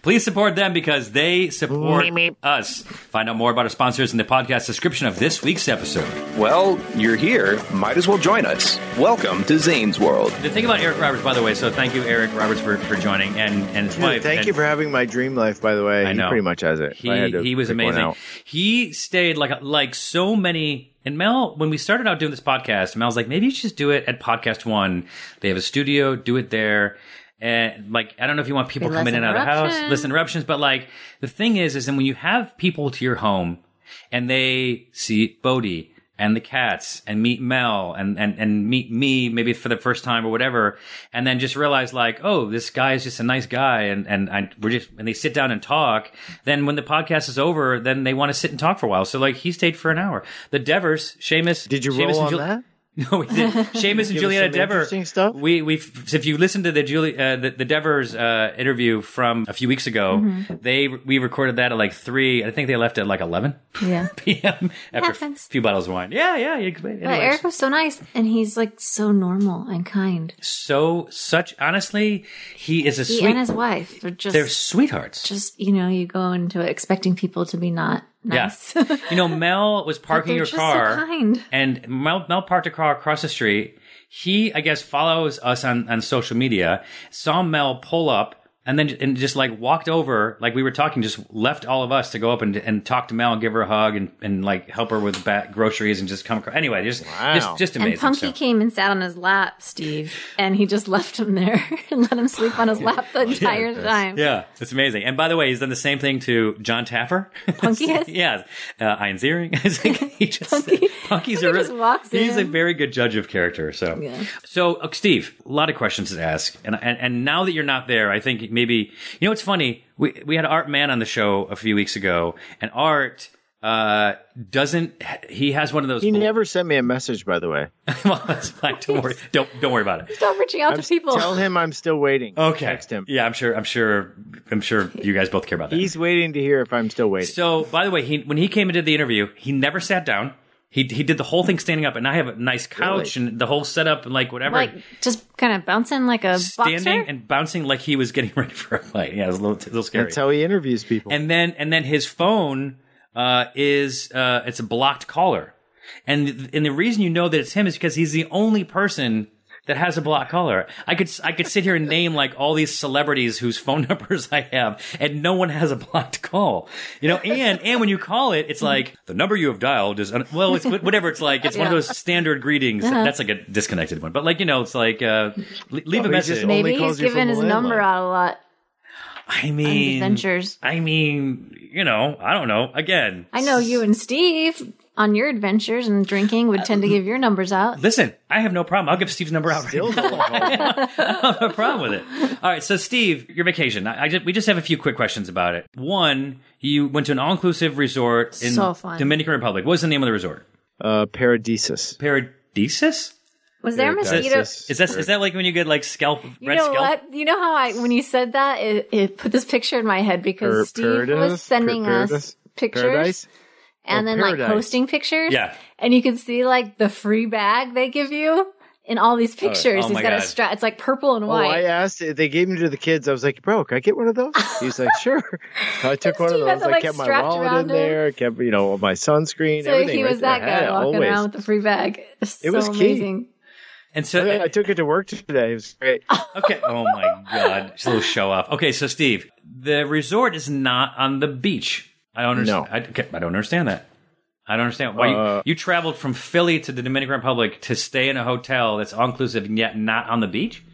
Speaker 2: Please support them because they support us. Find out more about our sponsors in the podcast description of this week's episode.
Speaker 1: Well, you're here. Might as well join us. Welcome to Zane's World.
Speaker 2: The thing about Eric Roberts, by the way, so thank you, Eric Roberts, for, for joining and, and his
Speaker 5: Dude,
Speaker 2: wife.
Speaker 5: thank
Speaker 2: and-
Speaker 5: you for having my dream life. By the way,
Speaker 2: I know.
Speaker 5: he pretty much has it. If I
Speaker 2: He,
Speaker 5: had to
Speaker 2: he was
Speaker 5: pick one
Speaker 2: amazing.
Speaker 5: out.
Speaker 2: He stayed like like so many. And Mel, when we started out doing this podcast, Mel's like, maybe you should just do it at Podcast One. They have a studio, do it there. And like, I don't know if you want people
Speaker 12: Be
Speaker 2: coming in
Speaker 12: less
Speaker 2: and out of the house,
Speaker 12: interruptions.
Speaker 2: less interruptions. But like, the thing is, is then when you have people to your home and they see Bodhi and the cats and meet Mel and, and, and meet me maybe for the first time or whatever. And then just realize like, oh, this guy is just a nice guy. And, and I, we're just, and they sit down and talk. Then when the podcast is over, then they want to sit and talk for a while. So like he stayed for an hour. The Devers, Seamus. Did
Speaker 5: you
Speaker 2: Seamus
Speaker 5: roll
Speaker 2: and
Speaker 5: on that?
Speaker 2: [LAUGHS] No, we did. Seamus
Speaker 5: Give
Speaker 2: and
Speaker 5: us
Speaker 2: Juliana
Speaker 5: some
Speaker 2: Dever.
Speaker 5: interesting stuff?
Speaker 2: We we if you listen to the Julie uh, the, the Devers uh, interview from a few weeks ago,
Speaker 4: Mhm.
Speaker 2: they we recorded that at like three. I think they left at like eleven [LAUGHS]
Speaker 4: Yeah.
Speaker 2: p.m. after a
Speaker 4: Happens.
Speaker 2: few bottles of wine. Yeah, yeah. You,
Speaker 4: But
Speaker 2: anyways.
Speaker 4: Eric was so nice, and he's like so normal and kind.
Speaker 2: so such honestly, he is a
Speaker 4: he
Speaker 2: sweet.
Speaker 4: and his wife are just
Speaker 2: they're sweethearts.
Speaker 4: just you know you go into it expecting people to be not nice. [LAUGHS]
Speaker 2: Yeah. [LAUGHS] you know, Mel was parking
Speaker 4: they're
Speaker 2: her
Speaker 4: just so
Speaker 2: car.
Speaker 4: kind.
Speaker 2: And Mel, Mel parked a car across the street. He, I guess, follows us on, on social media, saw Mel pull up. And then and just like walked over, like we were talking, just left all of us to go up and, and talk to Mel and give her a hug and, and like help her with bat groceries and just come across. Anyway, just, just just amazing.
Speaker 4: And Punky
Speaker 2: So-
Speaker 4: came and sat on his lap, Steve, and he just left him there [LAUGHS] and let him sleep on his lap
Speaker 2: [LAUGHS]
Speaker 4: the entire time.
Speaker 2: Yeah, it's amazing. And by the way, he's done the same thing to John Taffer. [LAUGHS]
Speaker 4: Punky is?
Speaker 2: yeah, uh, Ian Ziering. [LAUGHS] It's like he just, Punky's a,
Speaker 4: [LAUGHS] Punky
Speaker 2: real-
Speaker 4: just walks
Speaker 2: he's a
Speaker 4: in.
Speaker 2: very good judge of character. So,
Speaker 4: Yeah.
Speaker 2: so uh, Steve, a lot of questions to ask, and, and and now that you're not there, I think maybe you know it's funny. We we had Art Mann on the show a few weeks ago, and Art uh doesn't he has one of those
Speaker 5: He never sent me a message. By the way,
Speaker 2: [LAUGHS] well that's fine don't worry don't don't worry about it
Speaker 4: Stop reaching out
Speaker 5: I'm
Speaker 4: to people.
Speaker 5: Tell him I'm still waiting.
Speaker 2: Okay. Yeah, I'm sure. I'm sure. I'm sure you guys both care about that.
Speaker 5: He's waiting to hear if I'm still waiting.
Speaker 2: So, by the way, he when he came into the interview, he never sat down. He he did the whole thing standing up, and I have a nice couch and the whole setup and like whatever.
Speaker 4: [LAUGHS] like just kind of bouncing like a
Speaker 2: standing
Speaker 4: boxer.
Speaker 2: and bouncing like he was getting [LAUGHS] ready for a fight. Yeah, it was a little, a little scary.
Speaker 5: That's how he interviews people.
Speaker 2: and then and then his phone uh, is uh, it's a blocked caller, and and the reason you know that it's him is because he's the only person. That has a blocked caller. I could I could sit here and name like all these celebrities whose phone [LAUGHS] numbers I have, and no one has a blocked call. You know, and and when you call it, it's like the number you have dialed is un- well, it's whatever. It's like it's one of
Speaker 12: Yeah.
Speaker 2: those standard greetings.
Speaker 4: Uh-huh.
Speaker 2: That's like a disconnected one, but like you know, it's like uh, le- leave a
Speaker 5: he just
Speaker 2: message.
Speaker 4: Maybe he's giving his number out a lot.
Speaker 2: I mean,
Speaker 4: adventures.
Speaker 2: I mean, you know, I don't know. Again,
Speaker 4: I know you and Steve on your adventures and drinking would tend to give your numbers out.
Speaker 2: listen, I have no problem. I'll give Steve's number out. [LAUGHS] Right now. [LAUGHS] I don't have a problem with it. All right, so Steve, your vacation. I, I just, we just have a few quick questions about it. One, you went to an all-inclusive resort in
Speaker 4: So fun.
Speaker 2: Dominican Republic. What was the name of the resort?
Speaker 5: Uh, Paradisus.
Speaker 2: Paradisus.
Speaker 4: Was there a mosquito?
Speaker 2: Is that is that like when you get like scalp
Speaker 4: You
Speaker 2: red
Speaker 4: know
Speaker 2: scalp?
Speaker 4: what? You know how I when you said that it, it put this picture in my head because
Speaker 2: Per-
Speaker 4: Steve
Speaker 2: paradise?
Speaker 4: was sending
Speaker 2: Per-
Speaker 4: us
Speaker 2: paradise?
Speaker 4: pictures
Speaker 2: Paradise?
Speaker 4: and
Speaker 2: Oh,
Speaker 4: then like
Speaker 2: paradise.
Speaker 4: posting pictures.
Speaker 2: Yeah.
Speaker 4: And you can see like the free bag they give you in all these
Speaker 5: Oh,
Speaker 4: pictures.
Speaker 5: oh
Speaker 4: He's
Speaker 5: my
Speaker 4: got a
Speaker 5: God.
Speaker 4: strap. It's like purple and
Speaker 5: Oh, I
Speaker 4: white.
Speaker 5: asked. They gave them to the kids. I was like, "Bro, can I get one of those?" He's like, "Sure."
Speaker 4: [LAUGHS]
Speaker 5: So I took one of
Speaker 4: Steve has
Speaker 5: those.
Speaker 4: it,
Speaker 5: I
Speaker 4: like,
Speaker 5: kept my
Speaker 4: strapped
Speaker 5: wallet
Speaker 4: around
Speaker 5: in
Speaker 4: him.
Speaker 5: there. Kept you know my sunscreen.
Speaker 4: so
Speaker 5: everything
Speaker 4: he
Speaker 5: right
Speaker 4: was
Speaker 5: there.
Speaker 4: that
Speaker 5: I had
Speaker 4: guy
Speaker 5: it
Speaker 4: walking
Speaker 5: always. [LAUGHS]
Speaker 4: around with the free bag. It's
Speaker 5: It was
Speaker 4: so
Speaker 5: key.
Speaker 4: amazing.
Speaker 2: And so
Speaker 5: I, I took it to work today. It was
Speaker 4: [LAUGHS]
Speaker 5: great.
Speaker 2: Okay. Oh my God. Just a little show off. Okay, so Steve, the resort is not on the beach. I don't understand. I, okay, I don't understand that. I don't understand why
Speaker 5: Uh,
Speaker 2: you, you traveled from Philly to the Dominican Republic to stay in a hotel that's all inclusive and yet not on the beach.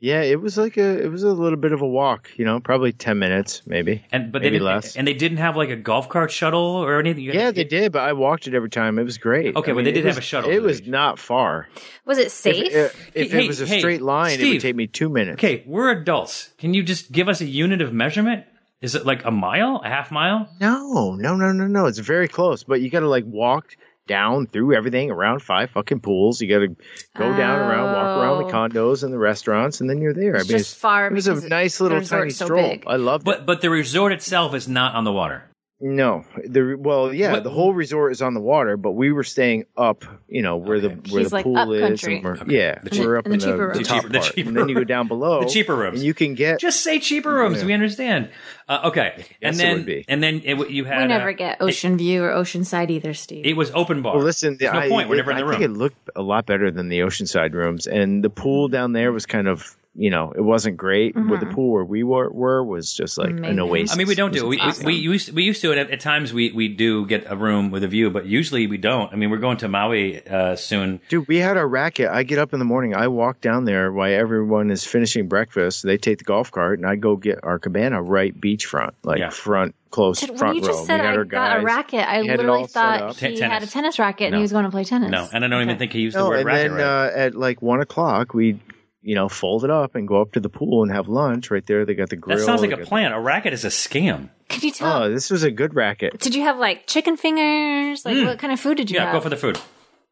Speaker 5: Yeah, it was like a it was a little bit of a walk. You know, probably ten minutes, maybe.
Speaker 2: And But they
Speaker 5: maybe
Speaker 2: didn't-
Speaker 5: less.
Speaker 2: And they didn't have like a golf cart shuttle or anything.
Speaker 5: yeah, they did, but I walked it every time. It was great.
Speaker 2: Okay,
Speaker 5: I
Speaker 2: but they
Speaker 5: mean,
Speaker 2: did
Speaker 5: it
Speaker 2: have
Speaker 5: was-
Speaker 2: a shuttle to
Speaker 5: It
Speaker 2: the
Speaker 5: was not far.
Speaker 12: Was it safe?
Speaker 5: If, if- if
Speaker 2: Hey,
Speaker 5: it was a
Speaker 2: hey,
Speaker 5: straight line, it
Speaker 2: Steve.
Speaker 5: would take me two minutes.
Speaker 2: Okay, we're adults. Can you just give us a unit of measurement? Is it like a mile, a half mile?
Speaker 5: No, no, no, no, no. It's very close, but you got to like walk down through everything around five fucking pools. You got to go down around, walk around the condos and the restaurants, and then you're there.
Speaker 2: Oh. It's
Speaker 5: I mean,
Speaker 2: just far
Speaker 5: It was a
Speaker 2: because it-
Speaker 5: nice
Speaker 2: the
Speaker 5: little tiny
Speaker 2: resort's so
Speaker 5: stroll.
Speaker 2: big.
Speaker 5: I loved
Speaker 2: But but the resort itself is not on the water.
Speaker 5: No, the re- well, yeah, the whole resort is on the water, but we we were staying up, you know, where the where
Speaker 2: He's
Speaker 5: the
Speaker 2: like
Speaker 5: pool
Speaker 2: up
Speaker 5: is.
Speaker 2: country.
Speaker 5: and we're-
Speaker 2: Okay.
Speaker 5: Yeah,
Speaker 2: The cheap-
Speaker 5: we're up
Speaker 2: and
Speaker 5: in
Speaker 2: the
Speaker 5: the,
Speaker 2: cheaper
Speaker 5: the
Speaker 2: rooms.
Speaker 5: top
Speaker 2: The cheaper- the
Speaker 5: part,
Speaker 2: cheaper
Speaker 5: and then you go
Speaker 2: room.
Speaker 5: down below,
Speaker 2: The cheaper rooms.
Speaker 5: and you can get
Speaker 2: Just say cheaper rooms. We understand. Uh, okay, and
Speaker 5: Yes, it
Speaker 2: then
Speaker 5: would be.
Speaker 2: and then it, you had
Speaker 4: We
Speaker 2: uh,
Speaker 4: never get Ocean View or Oceanside either, Steve.
Speaker 2: It was open bar.
Speaker 5: Well, oh, listen,
Speaker 2: there's no
Speaker 5: I,
Speaker 2: point. We're
Speaker 5: it-
Speaker 2: never in the
Speaker 5: I
Speaker 2: room.
Speaker 5: think it looked a lot better than the Oceanside rooms, and the pool down
Speaker 2: Mm-hmm.
Speaker 5: there was kind of, you know, it wasn't great, but the pool where we were, were was just like an oasis.
Speaker 2: I mean, we don't
Speaker 5: It
Speaker 2: do. it.
Speaker 5: was
Speaker 2: We,
Speaker 5: awesome.
Speaker 2: we we used we used to it at, at times. We we do get a room with a view, but usually we don't. I mean, we're going to Maui uh, soon.
Speaker 5: Dude, we had our racket. I get up in the morning, I walk down there while everyone is finishing breakfast. They take the golf cart, and I go get our cabana right beachfront, like front close
Speaker 4: Ted, when
Speaker 5: front
Speaker 4: you
Speaker 5: row.
Speaker 4: just said
Speaker 5: we had
Speaker 4: I
Speaker 5: our
Speaker 4: got
Speaker 5: guys.
Speaker 4: a racket, I
Speaker 5: We had it
Speaker 4: literally
Speaker 5: all set
Speaker 4: thought
Speaker 5: up.
Speaker 4: he
Speaker 5: Te-
Speaker 4: had a
Speaker 5: tennis.
Speaker 4: tennis racket and
Speaker 5: No.
Speaker 4: he was going to play tennis.
Speaker 2: No, and I don't even think he used the
Speaker 5: No,
Speaker 2: word
Speaker 5: and
Speaker 2: racket.
Speaker 5: then
Speaker 2: right?
Speaker 5: uh, at like one o'clock, we you know fold it up and go up to the pool and have lunch right there. They got the grill.
Speaker 2: that sounds like
Speaker 5: they
Speaker 2: a
Speaker 5: got
Speaker 2: plan. A racket is a scam.
Speaker 4: Could you
Speaker 5: the-
Speaker 4: tell?
Speaker 5: Oh, this was a good racket.
Speaker 4: Did you have like chicken fingers?
Speaker 5: Mm.
Speaker 4: Like what kind of food did you have?
Speaker 2: the food.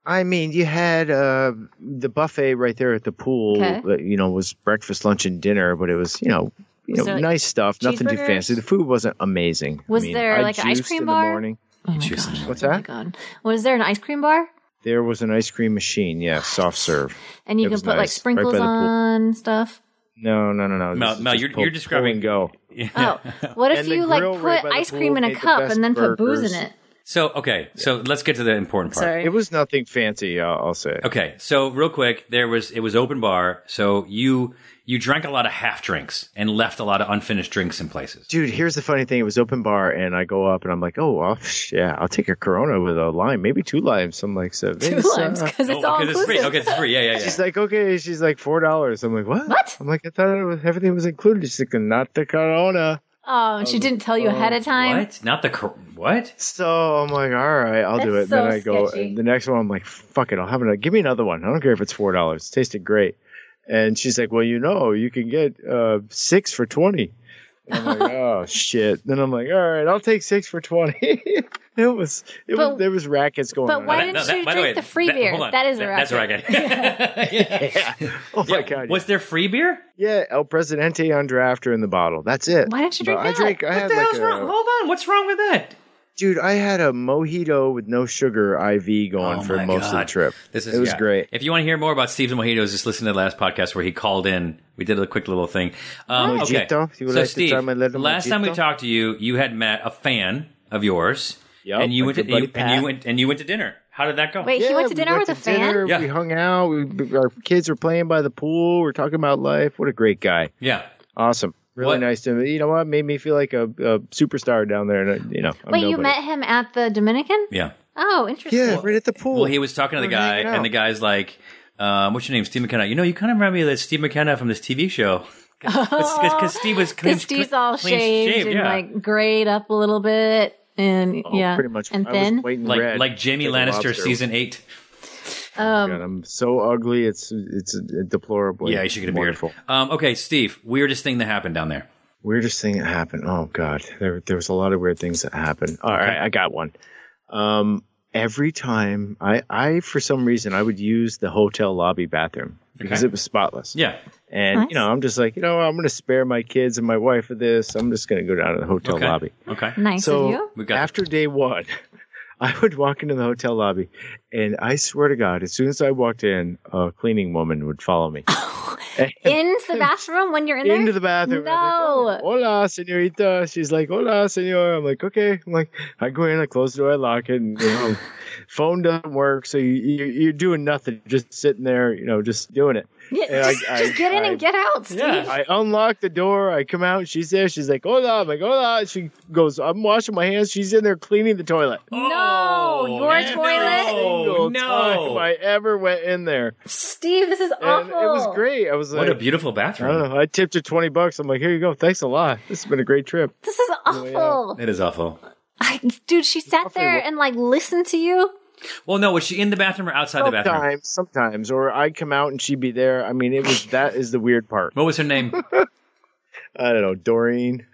Speaker 5: I mean, you had uh, the buffet right there at the pool.
Speaker 4: Okay.
Speaker 5: uh, You know, was breakfast, lunch, and dinner, but it was you know, you
Speaker 4: Was
Speaker 5: know,
Speaker 4: there, like,
Speaker 5: nice stuff. Nothing too
Speaker 4: cheeseburgers?
Speaker 5: fancy. The food wasn't amazing. I
Speaker 4: Was
Speaker 5: mean,
Speaker 4: there
Speaker 5: I
Speaker 4: like an ice
Speaker 5: juiced
Speaker 4: cream
Speaker 5: in
Speaker 4: bar?
Speaker 5: The morning.
Speaker 4: Oh
Speaker 5: What's that?
Speaker 4: Was there an ice cream bar?
Speaker 5: There was an ice cream machine. Yeah, soft serve.
Speaker 4: And you
Speaker 5: It
Speaker 4: can
Speaker 5: was
Speaker 4: put like
Speaker 5: nice, right by
Speaker 4: sprinkles
Speaker 5: the pool.
Speaker 4: on stuff.
Speaker 5: No, no, no, no.
Speaker 2: Mel-
Speaker 5: This is
Speaker 2: Mel,
Speaker 5: just
Speaker 2: you're-
Speaker 5: pull-
Speaker 2: you're describing-
Speaker 5: pull and go.
Speaker 4: Oh, [LAUGHS] What if
Speaker 5: And the
Speaker 4: you like
Speaker 5: grill
Speaker 4: put
Speaker 5: right by the
Speaker 4: ice
Speaker 5: pool
Speaker 4: cream in a
Speaker 5: made the
Speaker 4: cup
Speaker 5: best
Speaker 4: and then put booze in
Speaker 5: burgers.
Speaker 4: it?
Speaker 2: So okay, so let's get to the important part.
Speaker 5: It was nothing fancy. uh, I'll, I'll say.
Speaker 2: Okay, so real quick, there was it was open bar, so you you drank a lot of half drinks and left a lot of unfinished drinks in places.
Speaker 5: Dude, here's the funny thing. It was open bar, and I go up, and I'm like, "Oh, I'll, yeah, I'll take a Corona with a lime, maybe two limes." I'm like, so
Speaker 4: [LAUGHS] Two
Speaker 5: this,
Speaker 4: limes,
Speaker 5: uh,
Speaker 4: 'cause it's all
Speaker 2: Because it's free.
Speaker 4: inclusive.
Speaker 2: Oh, Okay, it's free. Yeah, yeah, yeah.
Speaker 4: [LAUGHS]
Speaker 5: She's like, okay. She's like, four dollars. I'm like, what? What? I'm like, I thought it was, everything was included. She's like, not the Corona.
Speaker 4: Oh, and she didn't tell you ahead of time.
Speaker 2: What? Not the cor- what?
Speaker 5: So I'm like, all right, I'll do it.
Speaker 4: That's
Speaker 5: And then
Speaker 4: so
Speaker 5: I go
Speaker 4: sketchy.
Speaker 5: and the next one. I'm like, fuck it, I'll have another. Give me another one. I don't care if it's four dollars. Tasted great. And she's like, well, you know, you can get uh, six for twenty.
Speaker 2: [LAUGHS]
Speaker 5: And I'm like, oh shit. Then I'm like, all right, I'll take six for twenty. [LAUGHS] it was, it was, there was rackets going
Speaker 4: but
Speaker 5: on. [LAUGHS]
Speaker 4: why didn't you drink the free beer? that is a racket.
Speaker 2: That's a racket. [LAUGHS]
Speaker 5: Oh my god.
Speaker 2: Was there free beer?
Speaker 5: Yeah, El Presidente on draft or in the bottle. That's it.
Speaker 2: Why didn't you drink
Speaker 5: But
Speaker 2: that?
Speaker 5: I drank. I
Speaker 2: What
Speaker 5: had
Speaker 2: the
Speaker 5: like
Speaker 2: hell's
Speaker 5: a,
Speaker 2: wrong? Hold on, what's wrong with that?
Speaker 5: Dude, I had a mojito with no sugar IV going
Speaker 2: Oh
Speaker 5: for
Speaker 2: my
Speaker 5: most of the
Speaker 2: God.
Speaker 5: trip.
Speaker 2: This is
Speaker 5: it was
Speaker 2: yeah.
Speaker 5: great.
Speaker 2: If you want to hear more about Steve's mojitos, just listen to the last podcast where he called in. We did a quick little thing. Um, okay.
Speaker 5: Mojito? You would
Speaker 2: so
Speaker 5: like to
Speaker 2: Steve,
Speaker 5: try my little
Speaker 2: last time we
Speaker 5: mojito?
Speaker 2: talked to you, you had met a fan of yours, and you
Speaker 5: my
Speaker 2: went to
Speaker 5: good buddy
Speaker 2: you, and you went and you went to dinner. How did that go?
Speaker 4: Wait, he went to
Speaker 5: we
Speaker 4: dinner with a fan?
Speaker 5: dinner,
Speaker 2: Yeah.
Speaker 5: We hung out. We, our kids were playing by the pool. We're talking about life. What a great guy.
Speaker 2: Yeah.
Speaker 5: Awesome. Really nice to You know what? Made me feel like a, a superstar down there. And, uh, you know, I'm
Speaker 4: Wait, you
Speaker 5: nobody.
Speaker 4: met him at the Dominican?
Speaker 2: Yeah.
Speaker 4: Oh, interesting.
Speaker 5: Yeah, right at the pool.
Speaker 2: Well, he was talking to the
Speaker 5: We're
Speaker 2: guy,
Speaker 5: hanging
Speaker 2: and the guy's like, um, "What's your name, Steve McKenna? You know, you kind of remind me of that Steve McKenna from this TV
Speaker 4: [LAUGHS]
Speaker 2: show." Because Steve was clean,
Speaker 4: Because Steve's all
Speaker 2: clean
Speaker 4: shaved, and
Speaker 2: yeah.
Speaker 4: like grayed up a little bit, and yeah,
Speaker 5: Oh, pretty much.
Speaker 4: and
Speaker 5: I was
Speaker 4: thin.
Speaker 5: white and
Speaker 2: like
Speaker 5: red,
Speaker 2: like Jamie
Speaker 5: like a
Speaker 2: Lannister,
Speaker 5: lobster.
Speaker 2: season eight.
Speaker 4: um,
Speaker 5: God, I'm so ugly. It's it's deplorable.
Speaker 2: Yeah, you should get a beard.
Speaker 5: Wonderful.
Speaker 2: Um, okay, Steve, weirdest thing that happened down there.
Speaker 5: Weirdest thing that happened. Oh God, there there was a lot of weird things that happened. All right, I got one. Um, every time I I for some reason I would use the hotel lobby bathroom because
Speaker 2: Okay.
Speaker 5: it was spotless.
Speaker 2: Yeah.
Speaker 5: And you know, I'm just like, you know, I'm gonna spare my kids and my wife of this. I'm just gonna go down to the hotel
Speaker 2: Okay.
Speaker 5: lobby.
Speaker 2: Okay.
Speaker 4: Nice
Speaker 5: so
Speaker 4: of you.
Speaker 2: We got
Speaker 5: after day one, [LAUGHS] I would walk into the hotel lobby, and I swear to God, as soon as I walked in, a cleaning woman would follow me.
Speaker 4: Into
Speaker 5: [LAUGHS]
Speaker 4: the bathroom when you're in there?
Speaker 5: Into the bathroom.
Speaker 4: No.
Speaker 5: "Oh, Hola, senorita. She's like, Hola, senor. I'm like, okay. I'm like, I go in, I close the door, I lock it, and you know, phone doesn't work. So you, you, you're doing nothing, just sitting there, you know, just doing it. And
Speaker 4: Yeah,
Speaker 5: I-
Speaker 4: just,
Speaker 5: I-
Speaker 4: just get in
Speaker 5: I-
Speaker 4: and get out, Steve.
Speaker 5: I unlock the door. I come out. She's there. She's like, "Hola!" I'm like, "Hola!" She goes, "I'm washing my hands." She's in there cleaning the toilet.
Speaker 2: Oh,
Speaker 4: no, your toilet.
Speaker 5: Single time I ever went in there.
Speaker 4: Steve, this is
Speaker 5: And
Speaker 4: awful.
Speaker 5: it was great. I was
Speaker 2: What
Speaker 5: like,
Speaker 2: a beautiful
Speaker 5: I don't
Speaker 4: Uh.
Speaker 2: bathroom.
Speaker 5: know. I tipped her twenty bucks. I'm like, "Here you go. Thanks a lot. This has been a great trip."
Speaker 4: This is awful.
Speaker 2: It is awful.
Speaker 4: Dude, she sat there and like listened to you.
Speaker 2: Well, no, was she in the bathroom or outside
Speaker 4: Oh,
Speaker 2: the bathroom?
Speaker 5: Sometimes, sometimes, or I come out and she'd be there. I mean, it was that is the
Speaker 2: [LAUGHS]
Speaker 5: weird part.
Speaker 2: What was her
Speaker 4: [LAUGHS]
Speaker 2: name?
Speaker 5: I don't know, Doreen.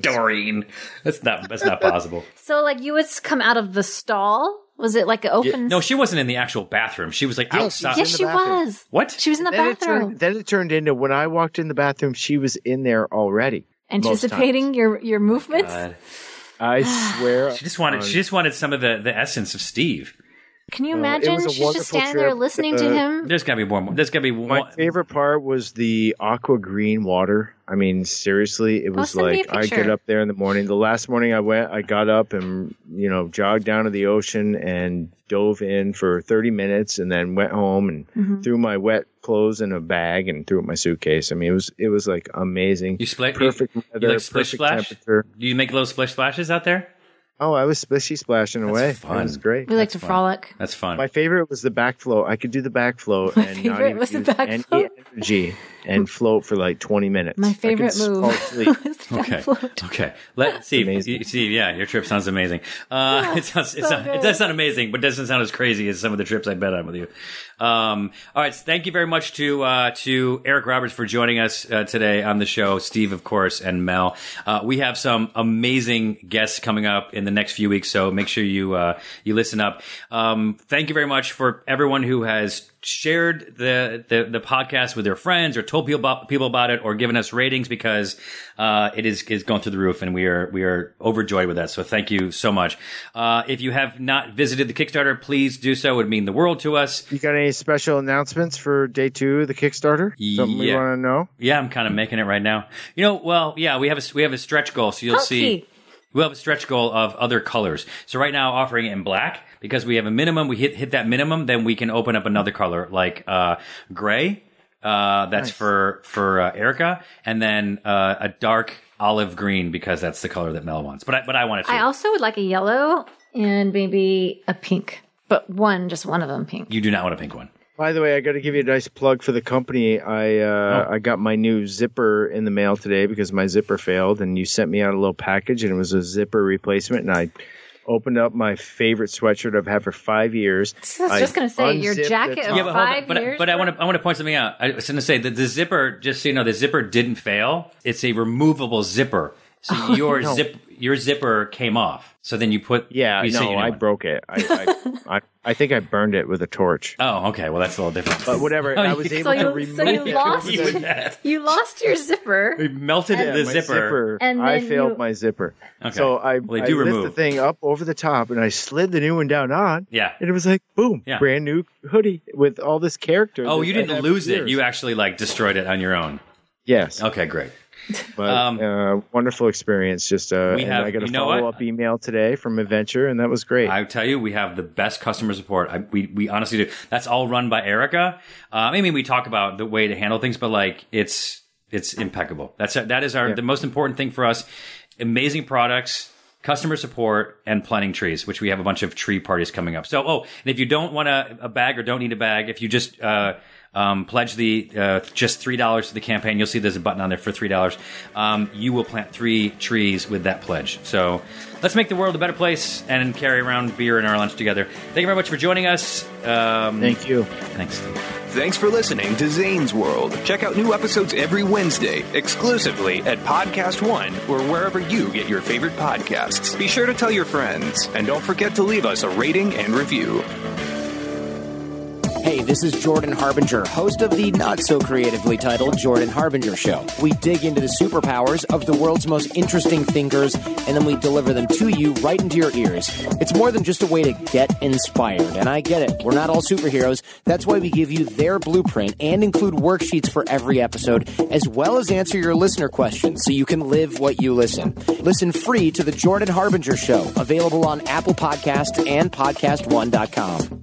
Speaker 2: Doreen. That's not that's not possible.
Speaker 4: So like you would come out of the stall. Was it like an open?
Speaker 2: No, she wasn't in the actual bathroom. She was like outside.
Speaker 4: yes, she was.
Speaker 2: What?
Speaker 4: She was in the
Speaker 5: Then it,
Speaker 4: bathroom
Speaker 5: turned, then it turned into when I walked in the bathroom, she was in there already. most times.
Speaker 4: anticipating your your
Speaker 5: Oh
Speaker 4: movements.
Speaker 5: [SIGHS] I swear.
Speaker 2: She just wanted. She just wanted some of the, the essence of Steve.
Speaker 4: Can you
Speaker 5: Uh, it
Speaker 4: imagine?
Speaker 5: was a
Speaker 4: She's just
Speaker 5: wonderful
Speaker 4: standing there
Speaker 5: trip.
Speaker 4: listening
Speaker 5: Uh,
Speaker 4: to him.
Speaker 2: There's gotta be one. There's gotta be one.
Speaker 5: My favorite part was the aqua green water. I mean, seriously, it was
Speaker 4: Oh, send me
Speaker 5: like
Speaker 4: a
Speaker 5: I get
Speaker 4: picture.
Speaker 5: up there in the morning. The last morning I went, I got up and you know jogged down to the ocean and dove in for 30 minutes, and then went home and
Speaker 4: Mm-hmm.
Speaker 3: Mhm.
Speaker 5: threw my wet clothes in a bag and threw it in my suitcase. I mean, it was it was like amazing. You
Speaker 2: split
Speaker 5: perfect
Speaker 2: You
Speaker 5: weather,
Speaker 2: like splish
Speaker 5: perfect
Speaker 2: splash?
Speaker 5: temperature.
Speaker 2: Do you make little splish splashes out there?
Speaker 5: Oh, I was splishy splashing away. It
Speaker 2: fun.
Speaker 5: was great.
Speaker 4: We like to frolic. [LAUGHS]
Speaker 2: That's fun.
Speaker 5: My favorite was the backflow. I could do the backflow
Speaker 4: My
Speaker 5: and not
Speaker 4: favorite
Speaker 5: even
Speaker 4: was the
Speaker 5: use
Speaker 4: back
Speaker 5: any
Speaker 4: float.
Speaker 5: energy and float for like 20 minutes.
Speaker 4: My
Speaker 5: I could
Speaker 4: favorite
Speaker 5: s-
Speaker 4: move [LAUGHS]
Speaker 5: fall asleep.
Speaker 4: was the back
Speaker 2: Okay.
Speaker 4: float.
Speaker 2: Okay.
Speaker 4: [LAUGHS]
Speaker 2: Let Steve. you- Steve. Yeah, your trip sounds amazing. Uh, [LAUGHS] it sounds. it,
Speaker 4: so
Speaker 2: sounds it
Speaker 4: good.
Speaker 2: does sound amazing, but it doesn't sound as crazy as some of the trips I've been on with you. Um, all right. so Thank you very much to uh, to Eric Roberts for joining us uh, today on the show. Steve, of course, and Mel. Uh, we have some amazing guests coming up in the next few weeks, so make sure you uh, you listen up. Um, thank you very much for everyone who has shared the, the the podcast with their friends or told people about people about it or given us ratings because uh, it is is going through the roof and we are we are overjoyed with that. So thank you so much. Uh, if you have not visited the Kickstarter, please do so. It would mean the world to us.
Speaker 5: You got any special announcements for day two of the Kickstarter? Something we
Speaker 2: Yeah.
Speaker 5: want to know?
Speaker 2: Yeah, I'm kind of making it right now. You know, well, yeah, we have a we have a stretch goal, so you'll see.
Speaker 4: Pumpkin.
Speaker 2: We'll have a stretch goal of other colors. So right now, offering it in black because we have a minimum. We hit hit that minimum, then we can open up another color like uh, gray. Uh, that's
Speaker 12: Nice.
Speaker 2: for for uh, Erica, and then uh, a dark olive green because that's the color that Mel wants. But I, but I want it. Too.
Speaker 4: I also would like a yellow and maybe a pink, but one, just one of them pink.
Speaker 2: you do not want a pink one.
Speaker 5: By the way, I got to give you a nice plug for the company. I uh, I got my new zipper in the mail today because my zipper failed, and you sent me out a little package, and it was a zipper replacement, and I. Opened up my favorite sweatshirt I've had for five years.
Speaker 4: I was
Speaker 5: I
Speaker 4: just gonna say, your
Speaker 5: unzipped the
Speaker 4: jacket
Speaker 5: top.
Speaker 4: of Oh, five
Speaker 2: but,
Speaker 4: years.
Speaker 2: But I want to I want to point something out. I was going to say that the zipper, just so you know, the zipper didn't fail. It's a removable zipper.
Speaker 4: [LAUGHS]
Speaker 2: So
Speaker 5: Oh,
Speaker 2: your
Speaker 5: no.
Speaker 2: zip your zipper came off. So then you put
Speaker 5: Yeah,
Speaker 2: you said
Speaker 5: no,
Speaker 2: you knew
Speaker 5: I
Speaker 2: it.
Speaker 5: broke it. I,
Speaker 4: [LAUGHS]
Speaker 5: I, I, I think I burned it with a torch.
Speaker 2: Oh, okay. Well, that's a little different.
Speaker 5: But whatever, I was
Speaker 4: so
Speaker 5: able to
Speaker 4: Oh, you, [LAUGHS]
Speaker 5: remove
Speaker 4: so
Speaker 2: [LAUGHS]
Speaker 4: you
Speaker 5: it.
Speaker 4: lost,
Speaker 5: with a-
Speaker 4: [LAUGHS] you lost your zipper.
Speaker 2: We melted
Speaker 5: Yeah,
Speaker 2: the
Speaker 5: my
Speaker 2: zipper.
Speaker 4: And
Speaker 5: I
Speaker 4: then
Speaker 5: failed
Speaker 4: you-
Speaker 5: my zipper.
Speaker 2: Okay.
Speaker 5: So I,
Speaker 2: Well, they
Speaker 5: I
Speaker 2: do
Speaker 5: lift the
Speaker 2: remove.
Speaker 5: thing up over the top and I slid the new one down on.
Speaker 2: Yeah.
Speaker 5: And it was like, boom,
Speaker 2: Yeah.
Speaker 5: brand new hoodie with all this character.
Speaker 2: Oh,
Speaker 5: that
Speaker 2: you
Speaker 5: I
Speaker 2: didn't
Speaker 5: had
Speaker 2: lose
Speaker 5: for
Speaker 2: it.
Speaker 5: years.
Speaker 2: You actually like destroyed it on your own.
Speaker 5: Yes.
Speaker 2: Okay, great.
Speaker 5: But, uh, wonderful experience. Just uh,
Speaker 2: We
Speaker 5: and
Speaker 2: have-
Speaker 5: I got a
Speaker 2: you know
Speaker 5: follow
Speaker 2: what?
Speaker 5: up email today from Adventure, and that was great.
Speaker 2: I tell you, we have the best customer support. I, we we honestly do. That's all run by Erica. Uh, I mean, we talk about the way to handle things, but like it's it's impeccable. That's that is our the most important thing for us. Amazing products. Customer support and planting trees, which we have a bunch of tree parties coming up. So, oh, and if you don't want a, a bag or don't need a bag, if you just uh, um, pledge the uh, just three dollars to the campaign, you'll see there's a button on there for three dollars. Um, you will plant three trees with that pledge. So, Let's make the world a better place and carry around beer and our lunch together. Thank you very much for joining us. Um,
Speaker 5: Thank you.
Speaker 2: Thanks.
Speaker 1: Thanks for listening to Zane's World. Check out new episodes every Wednesday, exclusively at Podcast One or wherever you get your favorite podcasts. Be sure to tell your friends, and don't forget to leave us a rating and review.
Speaker 5: Hey, this is Jordan Harbinger, host of the not so creatively titled Jordan Harbinger Show. We dig into the superpowers of the world's most interesting thinkers, and then we deliver them to you right into your ears. It's more than just a way to get inspired, and I get it. We're not all superheroes. That's why we give you their blueprint and include worksheets for every episode, as well as answer your listener questions so you can live what you listen. Listen free to The Jordan Harbinger Show, available on Apple Podcasts and PodcastOne.com.